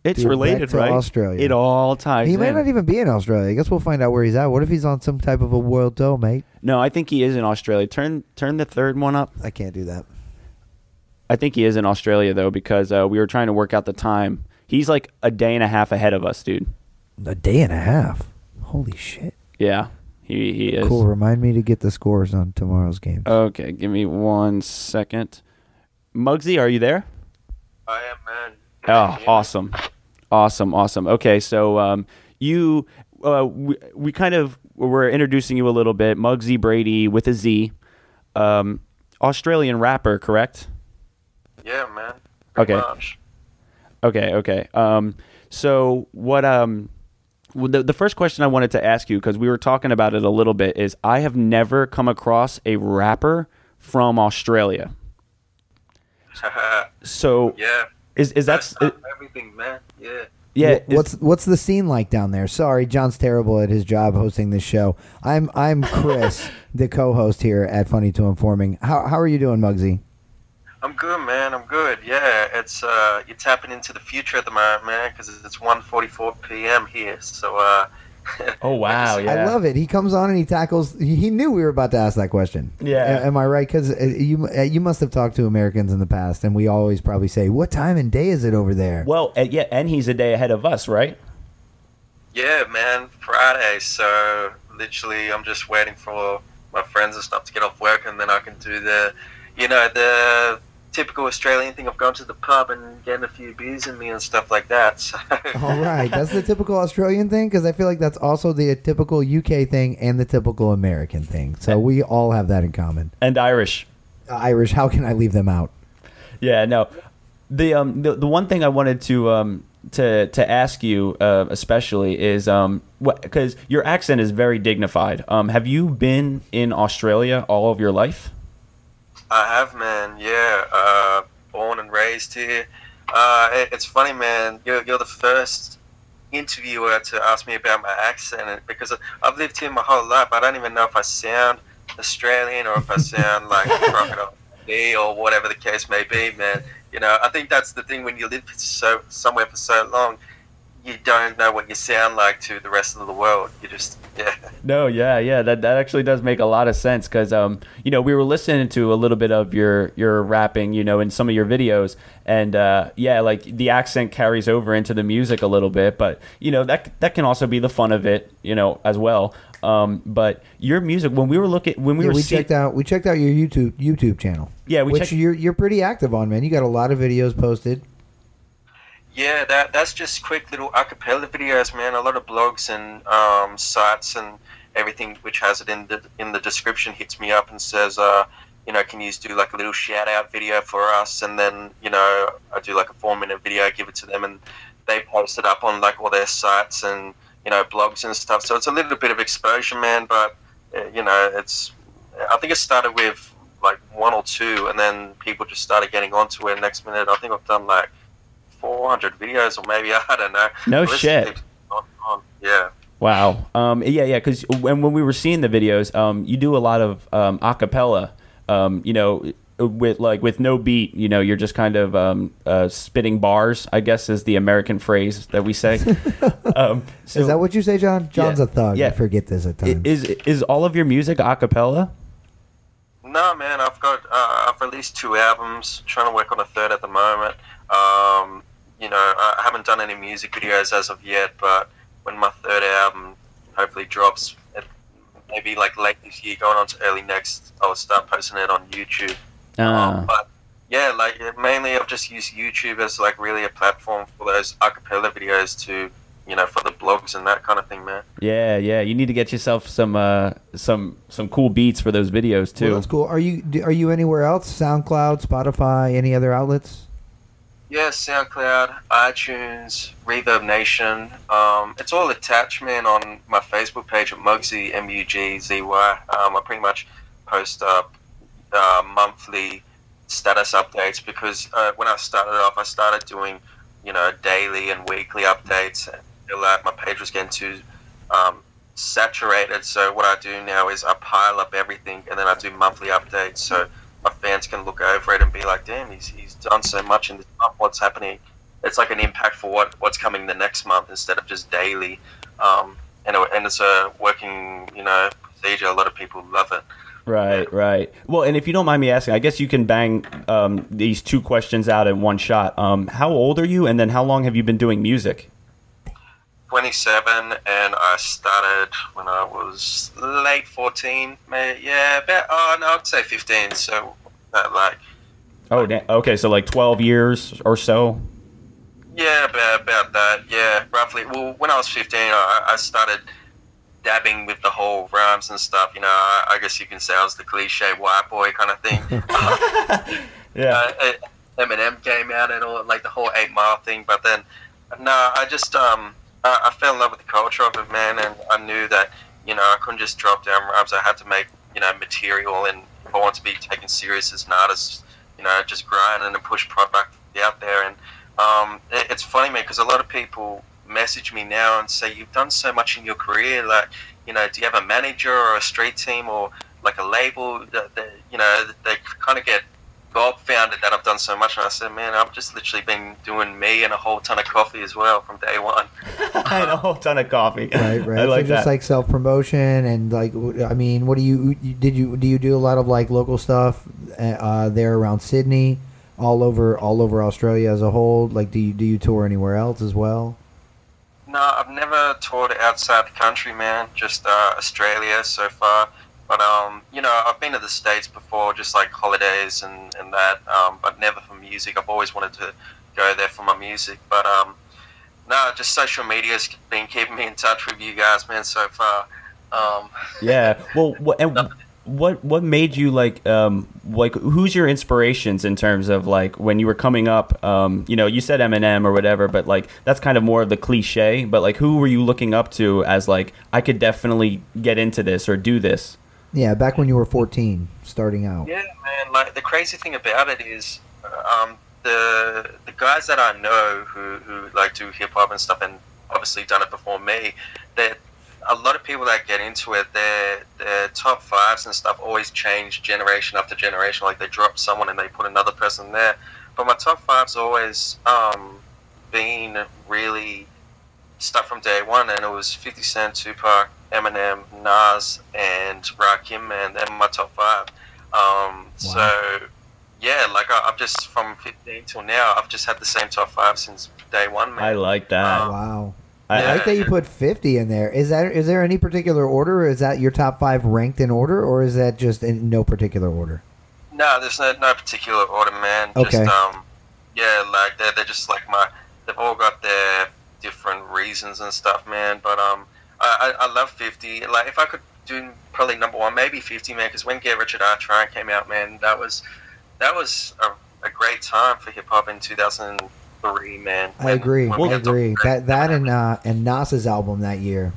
Speaker 2: It's
Speaker 3: Dude,
Speaker 2: related,
Speaker 3: back to
Speaker 2: right?
Speaker 3: Australia.
Speaker 2: It all ties.
Speaker 3: He might
Speaker 2: in.
Speaker 3: not even be in Australia. I guess we'll find out where he's at. What if he's on some type of a world tour, mate?
Speaker 2: No, I think he is in Australia. Turn turn the third one up.
Speaker 3: I can't do that.
Speaker 2: I think he is in Australia though because uh, we were trying to work out the time. He's like a day and a half ahead of us, dude.
Speaker 3: A day and a half. Holy shit.
Speaker 2: Yeah, he he is. Oh,
Speaker 3: Cool. Remind me to get the scores on tomorrow's game.
Speaker 2: Okay, give me one second. Muggsy, are you there?
Speaker 5: I am man.
Speaker 2: Oh, awesome, awesome, awesome. Okay, so um, you uh, we, we kind of were introducing you a little bit, Muggsy Brady with a Z, um, Australian rapper, correct?
Speaker 5: Yeah, man.
Speaker 2: Okay.
Speaker 5: Pretty Much.
Speaker 2: Okay, okay. Um, so what? Um, well, the the first question I wanted to ask you because we were talking about it a little bit is I have never come across a rapper from Australia. so
Speaker 5: Yeah.
Speaker 2: is is that's
Speaker 5: That's everything, man. Yeah.
Speaker 2: yeah?
Speaker 3: Wh-
Speaker 2: is-
Speaker 3: what's what's the scene like down there? Sorry, John's terrible at his job hosting this show. I'm I'm Chris, the co-host here at Funny to Informing. How how are you doing, Muggsy?
Speaker 5: I'm good, man. I'm good. Yeah, it's uh, you're tapping into the future at the moment, man, because it's 1:44 p.m. here. So, uh,
Speaker 2: oh wow! Yeah,
Speaker 3: I love it. He comes on and he tackles. He he knew we were about to ask that question.
Speaker 2: Yeah.
Speaker 3: A- am I right? Because you uh, you must have talked to Americans in the past, and we always probably say, "What time and day is it over there?"
Speaker 2: Well, and, yeah, and he's a day ahead of us, right?
Speaker 5: yeah, man. Friday. So literally, I'm just waiting for my friends and stuff to get off work, and then I can do the, you know, the typical Australian thing of going to the pub and getting a few beers in me and stuff like that. So.
Speaker 2: Oh,
Speaker 3: All right, that's the typical Australian thing because I feel like that's also the typical UK thing and the typical American thing. So we all have that in common.
Speaker 2: And Irish.
Speaker 3: Uh, Irish, how can I leave them out?
Speaker 2: Yeah, no. The um the, the one thing I wanted to um to to ask you uh, especially is um what because your accent is very dignified. Um, have you been in Australia all of your life?
Speaker 5: I have, man. Yeah, uh, born and raised here. Uh, it, it's funny, man. You're, you're the first interviewer to ask me about my accent and- because I've lived here my whole life. I don't even know if I sound Australian or if I sound like crocodile Dundee or whatever the case may be, man. You know, I think that's the thing when you live so somewhere for so long, you don't know what you sound like to the rest of the world. You just yeah.
Speaker 2: No, yeah, yeah. That that actually does make a lot of sense because um, you know, we were listening to a little bit of your your rapping, you know, in some of your videos, and uh, yeah, like the accent carries over into the music a little bit, but you know that that can also be the fun of it, you know, as well. Um, but your music when we were looking when we
Speaker 3: Yeah,
Speaker 2: were
Speaker 3: we
Speaker 2: see-
Speaker 3: checked out. We checked out your YouTube YouTube channel.
Speaker 2: Yeah, we
Speaker 3: which
Speaker 2: checked-
Speaker 3: you're you're pretty active on, man. You got a lot of videos posted.
Speaker 5: Yeah, that that's just quick little acapella videos, man. A lot of blogs and um, sites and everything which has it in the in the description hits me up and says, uh, you know, can you do like a little shout out video for us? And then you know, I do like a four minute video, give it to them, and they post it up on like all their sites and you know blogs and stuff. So it's a little bit of exposure, man. But uh, you know, it's I think it started with like one or two, and then people just started getting onto it. Next minute, I think I've done like. 400 videos or maybe I don't know.
Speaker 2: No
Speaker 5: Listen,
Speaker 2: shit.
Speaker 5: it's not on. Yeah.
Speaker 2: Wow. Um, yeah, yeah. Because when when we were seeing the videos, um, you do a lot of um, acapella. Um, you know, with like with no beat. You know, you're just kind of um, uh, spitting bars. I guess is the American phrase that we say. um, so
Speaker 3: Is that what you say, John? John's
Speaker 2: Yeah,
Speaker 3: a thug.
Speaker 2: yeah.
Speaker 3: I forget this at
Speaker 2: i-
Speaker 3: times.
Speaker 2: is is all of your music acapella?
Speaker 5: No, man, I've got, uh, I've released two albums, trying to work on a third at the moment. Um, you know, I I haven't done any music videos as of yet, but when my third album hopefully drops, it, maybe like late this year, going on to early next, I'll start posting it on YouTube.
Speaker 2: Uh,
Speaker 5: Um, but yeah, like uh, mainly I've just used YouTube as like really a platform for those acapella videos to, you know, for the blogs and that kind of thing, man.
Speaker 2: yeah, yeah. You need to get yourself some uh, some some cool beats for those videos
Speaker 3: Well,
Speaker 2: too.
Speaker 3: that's cool. Are you do- are you anywhere else? SoundCloud, Spotify, any other outlets?
Speaker 5: Yeah, SoundCloud, iTunes, Reverb Nation. Um, it's all attached, man, on my Facebook page at Mugsy, M U G Z Y. Um, I pretty much post up uh, monthly status updates because uh, when I started off, I started doing you know daily and weekly updates until that my page was getting too um, saturated. So what I do now is I pile up everything and then I do monthly updates so my fans can look over it and be like, damn, he's, he's done so much in this month. What's happening? It's like an impact for what what's coming the next month instead of just daily. Um, and, it- and it's a working you know procedure. A lot of people love it.
Speaker 2: Right, right. Well, and if you don't mind me asking, I guess you can bang um, these two questions out in one shot. Um, how old are you, and then how long have you been doing music?
Speaker 5: 27 and I started when I was late 14 may yeah about oh no I'd say 15 so about like
Speaker 2: Oh, da- okay, so like twelve years or so.
Speaker 5: yeah about, about that yeah roughly well when I was 15 I, I started dabbing with the whole rhymes and stuff you know I, I guess you can say I was the cliche white boy kind of thing
Speaker 2: Yeah.
Speaker 5: uh, uh, Eminem came out and all like the whole Eight Mile thing. But then, no, I just um, I, I fell in love with the culture of it, man, and I knew that you know I couldn't just drop down rhymes. I had to make you know material, and if I want to be taken serious as an artist, you know, just grind and push product out there. And um, it, it's funny, man, because a lot of people message me now and say you've done so much in your career, like you know, do you have a manager or a street team or like a label that, that you know they kind of get Bob found it that I've done so much, and I said, "Man, I've just literally been doing me and a whole ton of coffee as well from day one."
Speaker 2: and a whole ton of coffee.
Speaker 3: Right, right.
Speaker 2: I like
Speaker 3: so
Speaker 2: that.
Speaker 3: just like self promotion and like, w- I mean, what do you you- did you do? You do a lot of like local stuff uh, uh, there around Sydney, all over all over Australia as a whole. Like, do you do you tour anywhere else as well?
Speaker 5: No, I've never toured outside the country, man. Just uh, Australia so far. But um, you know, I've been to the states before, just like holidays and and that. Um, but never for music. I've always wanted to go there for my music. But um, no, just social media's been keeping me in touch with you guys, man. So far. Um,
Speaker 2: yeah. Well, what, and what what made you like um like who's your inspirations in terms of like when you were coming up? Um, you know, you said Eminem or whatever, but like that's kind of more of the cliche. But like, who were you looking up to as like I could definitely get into this or do this?
Speaker 3: Yeah, back when you were fourteen, starting out.
Speaker 5: Yeah, man. Like the crazy thing about it is, um, the the guys that I know who, who like do hip hop and stuff, and obviously done it before me, that a lot of people that get into it, their their top fives and stuff always change generation after generation. Like they drop someone and they put another person there. But my top fives always um, been really stuff from day one, and it was 50 Cent, Tupac, Eminem, Nas, and Rakim, and then my top five. Um, So, yeah, like I, I've just from 15 till now, I've just had the same top five since day one, man.
Speaker 2: I like
Speaker 3: Um,
Speaker 2: that.
Speaker 3: Wow.
Speaker 2: I-
Speaker 3: I like that you put fifty in there. Is that is there any particular order? Or is that your top five ranked in order, or is that just in no particular order?
Speaker 5: No, there's no, no particular order, man.
Speaker 3: Okay.
Speaker 5: Just um, yeah, like they're, they're just like my. They've all got their different reasons and stuff, man. But um, I, I I love Fifty. Like if I could do probably number one, maybe Fifty, man. Because when Get Rich or Die Trying came out, man, that was that was a, a great time for hip hop in 2003, man.
Speaker 3: I
Speaker 5: When-
Speaker 3: agree.
Speaker 5: when we
Speaker 3: I
Speaker 5: got the-
Speaker 3: agree. That that and uh, and Nas's album that year,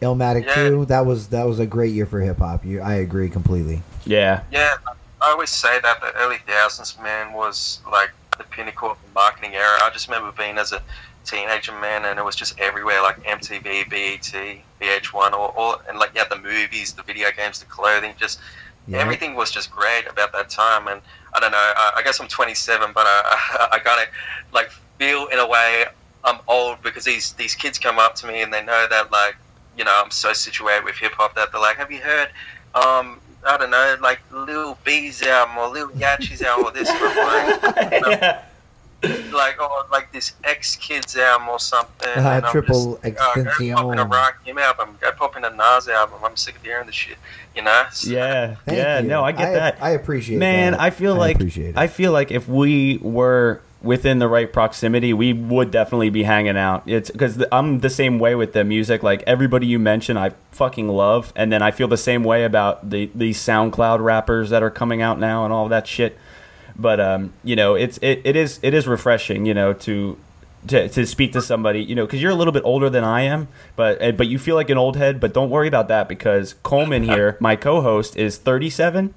Speaker 3: Illmatic
Speaker 5: Yeah.
Speaker 3: Two. That was that was a great year for hip hop. You, I agree completely.
Speaker 2: Yeah.
Speaker 5: Yeah, I always say that the early thousands, man, was like the pinnacle of the marketing era. I just remember being as a teenager, man, and it was just everywhere, like MTV, BET, VH1, or all, and like yeah, the movies, the video games, the clothing, just
Speaker 3: Yeah.
Speaker 5: everything was just great about that time. And I don't know, I, I guess I'm 27, but I, I, I kind of like feel in a way I'm old because these these kids come up to me and they know that like you know I'm so situated with hip hop that they're like, have you heard? Um, I don't know, like Lil B's album or Lil Yachty's album or this or like, you know,
Speaker 2: yeah.
Speaker 5: like or like this X Kids album or something.
Speaker 3: Uh,
Speaker 5: and I'm
Speaker 3: Triple
Speaker 5: just, oh, Go pop in a
Speaker 3: Extensión.
Speaker 5: Rock Him album. Go pop in a Nas album. I'm sick of hearing this shit. You know. So-
Speaker 2: Yeah.
Speaker 3: Thank you.
Speaker 2: No, I get that.
Speaker 3: I appreciate.
Speaker 2: man
Speaker 3: that.
Speaker 2: i feel like
Speaker 3: appreciate it.
Speaker 2: i feel like if we were within the right proximity we would definitely be hanging out it's because i'm the same way with the music like everybody you mention i fucking love and then i feel the same way about the these soundcloud rappers that are coming out now and all that shit but um you know it's it, it is it is refreshing you know to to, to speak to somebody, you know, because you're a little bit older than I am, but uh, but you feel like an old head. But don't worry about that because Coleman here, my co-host, is 37,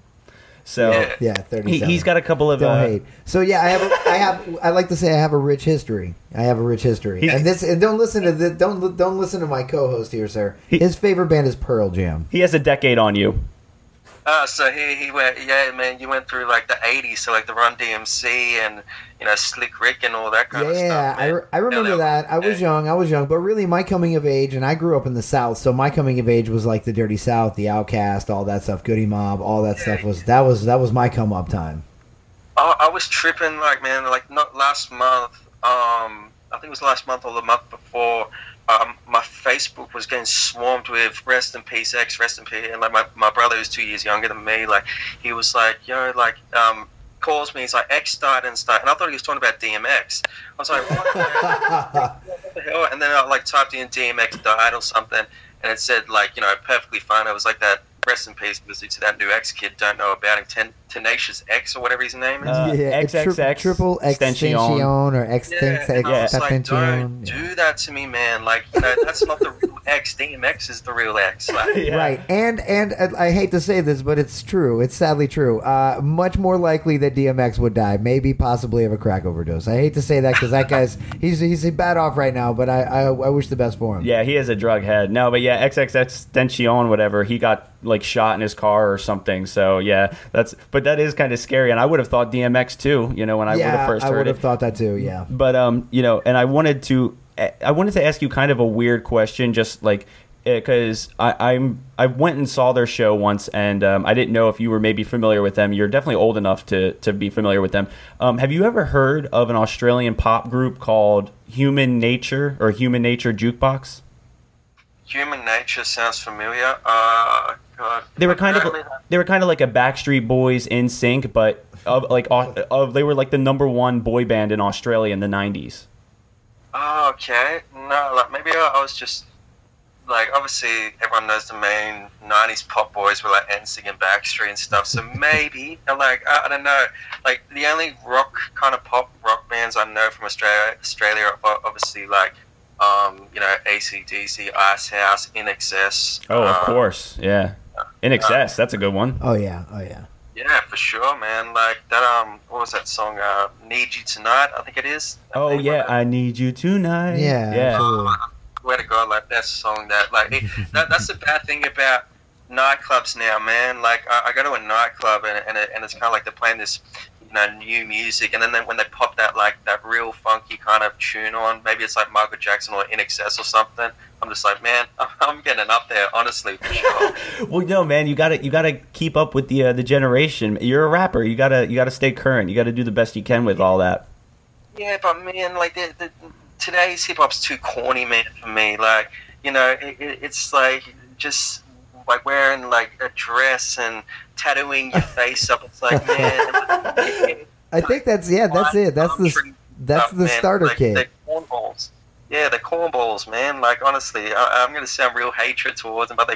Speaker 2: So
Speaker 5: Yeah.
Speaker 3: Yeah,
Speaker 2: he,
Speaker 3: 37.
Speaker 2: he's got a couple of.
Speaker 3: Don't
Speaker 2: uh,
Speaker 3: hate. So yeah, I have. A, I have. I like to say I have a rich history. I have a rich history.
Speaker 2: He's-
Speaker 3: And this. And don't listen to the, don't li- don't listen to my co-host here, sir.
Speaker 2: He-
Speaker 3: His favorite band is Pearl Jam.
Speaker 2: He has a decade on you.
Speaker 5: Uh, so he, he went, yeah, man, you went through like the 80s, so like the Run DMC and, you know, Slick Rick and all that kind of stuff.
Speaker 3: Yeah, I,
Speaker 5: man.
Speaker 3: re- I remember
Speaker 5: LL
Speaker 3: that. I was
Speaker 5: Cool J.
Speaker 3: young. I was young, but really, my coming of age, and I grew up in the South, so my coming of age was like the Dirty South, the Outcast, all that stuff, Goody Mob, all that stuff was that was that was my come up time.
Speaker 5: I, I was tripping, like, man, like, not last month, um, I think it was last month or the month before, um, my Facebook was getting swarmed with rest in peace X, rest in peace. And, like, my, my brother who's two years younger than me, like, he was like, yo, like, um, calls me, he's like, X died and stuff. And I thought he was talking about DMX. I was like, what? man? the hell? Oh, And then I like typed in DMX died or something, and it said like you know perfectly fine. I was like that. Rest in peace, obviously, to that new X kid. Don't know about him. Ten- Tenacious X or whatever his name is.
Speaker 2: Uh,
Speaker 3: it's tri-
Speaker 2: XXX
Speaker 3: triple
Speaker 2: extension.
Speaker 3: extension or
Speaker 5: yeah, and I was like,
Speaker 3: extension.
Speaker 5: don't do that to me, man. Like, you know, that's not the real X. DMX is the real X. Like,
Speaker 2: Yeah.
Speaker 3: Right, and and uh, I hate to say this, but it's true. It's sadly true. Uh, much more likely that DMX would die, maybe possibly of a crack overdose. I hate to say that because that guy's he's he's bad off right now. But I, I I wish the best for him.
Speaker 2: Yeah, he has a drug head. No, but yeah, XXXTentacion, whatever. He got like shot in his car or something. So yeah, that's. But that is kind of scary, and I would have thought DMX too. You know, when I would have first
Speaker 3: I
Speaker 2: heard
Speaker 3: would
Speaker 2: it.
Speaker 3: have thought that too. Yeah.
Speaker 2: but um, you know, and I wanted to, eh, I wanted to ask you kind of a weird question, just like because I I'm I went and saw their show once, and um, I didn't know if you were maybe familiar with them. You're definitely old enough to to be familiar with them. Um, have you ever heard of an Australian pop group called Human Nature or Human Nature Jukebox?
Speaker 5: human nature sounds familiar. Uh, God.
Speaker 2: They were kind of
Speaker 5: Apparently that-
Speaker 2: they were kind of like a Backstreet Boys in sync, but of like au- of they were like the number one boy band in Australia in the '90s.
Speaker 5: Oh, okay. No, like maybe I, I was just like obviously everyone knows the main '90s pop boys were like NSYNC and Backstreet and stuff. So maybe I'm like I, I don't know. Like the only rock kind of pop rock bands I know from Australia, Australia are obviously like um, you know ACDC, Icehouse, InXS.
Speaker 2: Oh, of
Speaker 5: uh,
Speaker 2: course, yeah. In excess, that's a good one.
Speaker 3: Oh yeah. Oh yeah.
Speaker 5: Yeah, for sure, man. Like that. Um, what was that song? Uh, Need You Tonight, I think it is.
Speaker 2: Oh
Speaker 5: They
Speaker 2: yeah,
Speaker 5: were-
Speaker 2: I need you tonight.
Speaker 3: Yeah.
Speaker 2: yeah.
Speaker 3: absolutely.
Speaker 5: swear to God, like that song, that like it, that, that's the bad thing about nightclubs now, man. Like I, I go to a nightclub and and, it, and it's kind of like they're playing this you know new music, and then they, when they pop that like that real funky kind of tune on, maybe it's like Michael Jackson or In Excess or something. I'm just like, man, I'm getting up there, honestly, for sure.
Speaker 2: Well, no, man, you gotta you gotta keep up with the uh, the generation. You're a rapper. You gotta you gotta stay current. You gotta do the best you can with all that.
Speaker 5: Yeah, but man, like the, the, today's hip hop's too corny, man, for me. Like, you know, it, it, it's like just like wearing like a dress and tattooing your face up. It's like, man,
Speaker 3: I think that's yeah. That's it. That's the that's the starter
Speaker 5: like,
Speaker 3: kit.
Speaker 5: They're cornballs. Yeah, they're cornballs, man. Like, honestly, I, I'm gonna sound real hatred towards them, but they're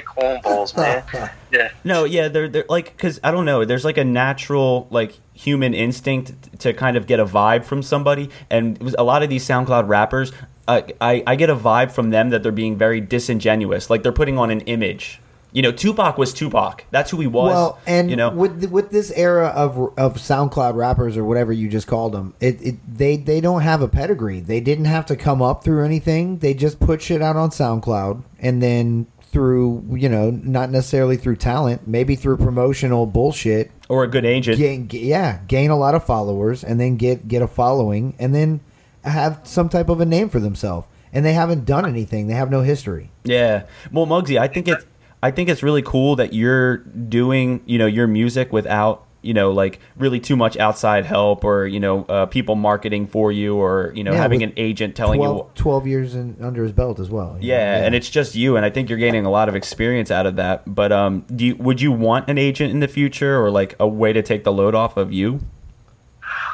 Speaker 5: cornballs, man. yeah.
Speaker 2: No, yeah, they're they're like because I don't know. There's like a natural like human instinct t- to kind of get a vibe from somebody, and it was a lot of these SoundCloud rappers. Uh, I I get a vibe from them that they're being very disingenuous. Like they're putting on an image. You know, Tupac was Tupac. That's who he was.
Speaker 3: Well, and
Speaker 2: you know,
Speaker 3: with th- with this era of of SoundCloud rappers or whatever you just called them, it, it they they don't have a pedigree. They didn't have to come up through anything. They just put shit out on SoundCloud, and then through you know not necessarily through talent, maybe through promotional bullshit,
Speaker 2: or a good agent.
Speaker 3: gain g- yeah gain a lot of followers, and then get get a following, and then have some type of a name for themselves. And they haven't done anything. They have no history.
Speaker 2: Yeah. Well, Muggsy, I think it's I think it's really cool that you're doing you know your music without you know like really too much outside help or you know uh, people marketing for you or you know
Speaker 3: Yeah,
Speaker 2: having
Speaker 3: with
Speaker 2: an agent telling you
Speaker 3: 12, 12 years in, under his belt as well.
Speaker 2: yeah, and it's just you, and I think you're gaining a lot of experience out of that. But um, do you, would you want an agent in the future, or like a way to take the load off of you?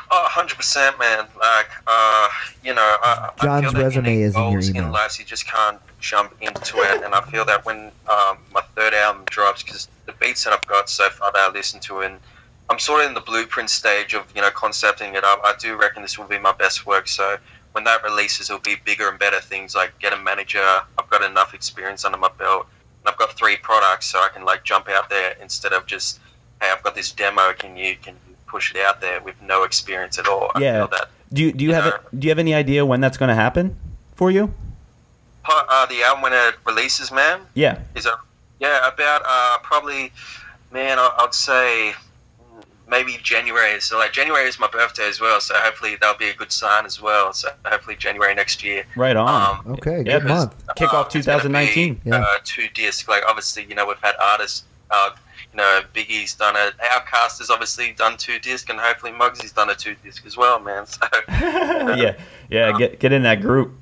Speaker 5: Oh, 100%, man. Like, uh, you know, I, I
Speaker 3: John's
Speaker 5: feel that
Speaker 3: resume
Speaker 5: any
Speaker 3: is in your
Speaker 5: goals
Speaker 3: email.
Speaker 5: In life, you just can't jump into it, and I feel that when um, my third album drops, because the beats that I've got so far that I listen to, and I'm sort of in the blueprint stage of you know concepting it up. I do reckon this will be my best work. So when that releases, it'll be bigger and better things. Like get a manager. I've got enough experience under my belt, and I've got three products, so I can like jump out there instead of just hey, I've got this demo. Can you can you push it out there with no experience at all? I
Speaker 2: yeah.
Speaker 5: feel that
Speaker 2: Do you do you
Speaker 5: you
Speaker 2: have
Speaker 5: know.
Speaker 2: it- do you have any idea when that's going to happen for you?
Speaker 5: Po- uh, the album when it releases, man,
Speaker 2: Yeah.
Speaker 5: is a yeah about uh, probably man I, I'd say maybe January. So like January is my birthday as well. So hopefully that'll be a good sign as well. So hopefully January next year.
Speaker 2: Right on.
Speaker 5: Um,
Speaker 3: Okay,
Speaker 2: Yeah,
Speaker 3: good
Speaker 2: but-
Speaker 3: month.
Speaker 2: Kick off
Speaker 5: it's gonna
Speaker 2: 2019,
Speaker 5: Be,
Speaker 3: yeah.
Speaker 5: Uh, two disc. Like obviously, you know, we've had artists. Uh, you know, Biggie's done it. Outcast has obviously done two disc, and hopefully Muggsy's done a two disc as well, man. So
Speaker 2: yeah. Yeah. Get get in that group.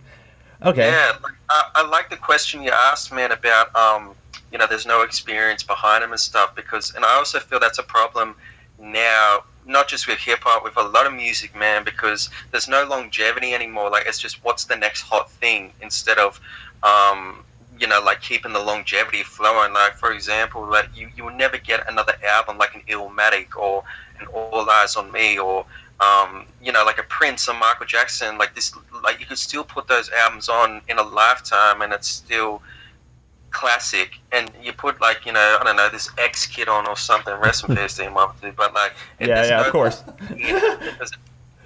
Speaker 2: Okay.
Speaker 5: yeah, like, I, I like the question you asked, man, about um, you know, there's no experience behind them and stuff because, and I also feel that's a problem now. Not just with hip hop, with a lot of music, man, because there's no longevity anymore. Like it's just what's the next hot thing instead of, um, you know, like keeping the longevity flowing. Like for example, like you you will never get another album like an Illmatic or an All Eyes on Me or um, you know, like a Prince or Michael Jackson, like this, like you could still put those albums on in a lifetime, and it's still classic. And you put like, you know, I don't know, this X Kid on or something. Rest in peace, to him, obviously, but like, and
Speaker 2: Yeah.
Speaker 5: there's
Speaker 2: Yeah.
Speaker 5: no-
Speaker 2: Of course.
Speaker 5: you know, because it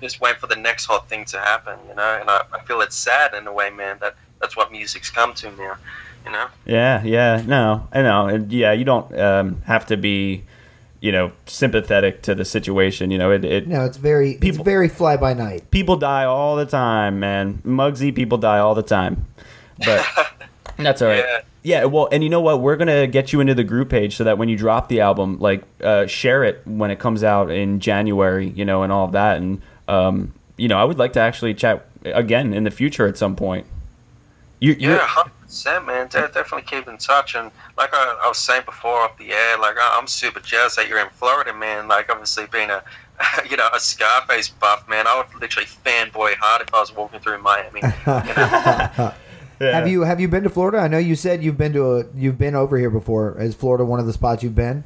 Speaker 5: just wait for the next hot thing to happen, you know. And I, I feel it's sad in a way, man. That that's what music's come to now, you know.
Speaker 2: Yeah, yeah, no, I know, and yeah, you don't um, have to be, you know, sympathetic to the situation. You know, it, it
Speaker 3: No, it's very
Speaker 2: People-
Speaker 3: it's very fly by night.
Speaker 2: people die all the time, man. Mugsy people die all the time, but that's all right.
Speaker 5: Yeah.
Speaker 2: Yeah. well, and you know what? We're gonna get you into the group page so that when you drop the album, like, uh, share it when it comes out in January, you know, and all of that, and um, you know, I would like to actually chat again in the future at some point. You, you're-
Speaker 5: Yeah, hundred percent, man. De- definitely keep in touch. And like I, I was saying before off the air, like I, I'm super jealous that you're in Florida, man. Like obviously being a, you know, a Scarface buff, man. I would literally fanboy hard if I was walking through Miami.
Speaker 2: yeah.
Speaker 3: Have you have you been to Florida? I know you said you've been to a you've been over here before. Is Florida one of the spots you've been?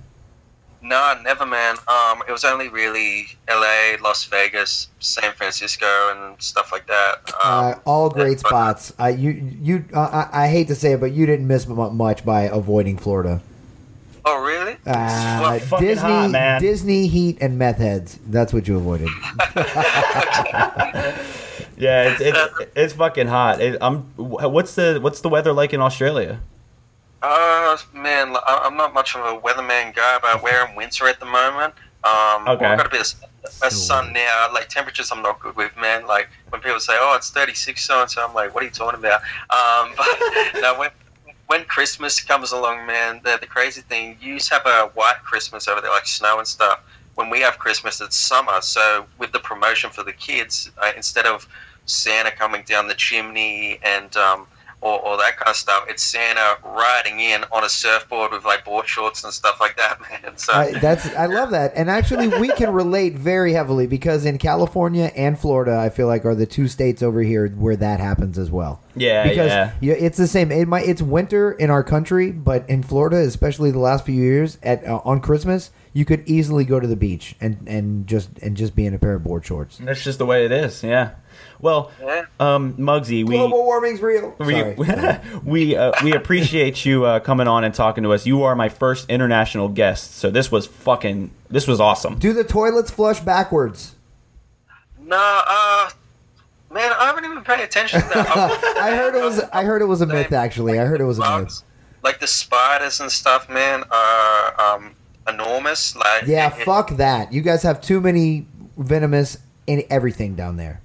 Speaker 5: No, never, man. Um, it was only really L.A., Las Vegas, San Francisco, and stuff like that. Um,
Speaker 3: Uh, all great
Speaker 5: but-
Speaker 3: spots. I you you uh, I, I hate to say it, but you didn't miss mu- much by avoiding Florida.
Speaker 5: Oh, really?
Speaker 3: Uh,
Speaker 2: It's fucking
Speaker 3: Disney,
Speaker 2: hot, man.
Speaker 3: Disney heat and meth heads. That's what you avoided.
Speaker 2: Yeah, it's it's, it's fucking hot. It, I'm. wh- What's the what's the weather like in Australia?
Speaker 5: Uh, man, I- I'm not much of a weatherman guy, but we're in winter at the moment. Um,
Speaker 2: Okay.
Speaker 5: I've got a bit of s- a sun now. Like temperatures, I'm not good with, man. Like when people say, "Oh, it's 36 so and so," I'm like, "What are you talking about?" Um, but no, when when Christmas comes along, man, the, the crazy thing, you just have a white Christmas over there, like snow and stuff. When we have Christmas, it's summer. So with the promotion for the kids, uh, instead of Santa coming down the chimney and um, or, or that kind of stuff. It's Santa riding in on a surfboard with like board shorts and stuff like that, man. So
Speaker 3: I, that's I love that, and actually we can relate very heavily because in California and Florida, I feel like are the two states over here where that happens as well.
Speaker 2: Yeah,
Speaker 3: because
Speaker 2: yeah.
Speaker 3: you- it's the same. It might it's winter in our country, but in Florida, especially the last few years at uh, on Christmas, you could easily go to the beach and and just and just be in a pair of board shorts.
Speaker 2: That's just the way it is. Yeah. Well,
Speaker 5: Yeah.
Speaker 2: um, Muggsy, we.
Speaker 3: Global warming's real.
Speaker 2: We
Speaker 3: Sorry.
Speaker 2: we, uh, we appreciate you uh, coming on and talking to us. You are my first international guest, so this was fucking this was awesome.
Speaker 3: Do the toilets flush backwards?
Speaker 5: no, uh, man, I haven't even paid attention to that.
Speaker 3: I heard it was. I heard it was a myth.
Speaker 5: Same.
Speaker 3: Actually, I heard it was a myth.
Speaker 5: Bugs, like the spiders and stuff, man, are um, enormous. Like
Speaker 3: Yeah,
Speaker 5: it- it-
Speaker 3: fuck that. You guys have too many venomous in everything down there.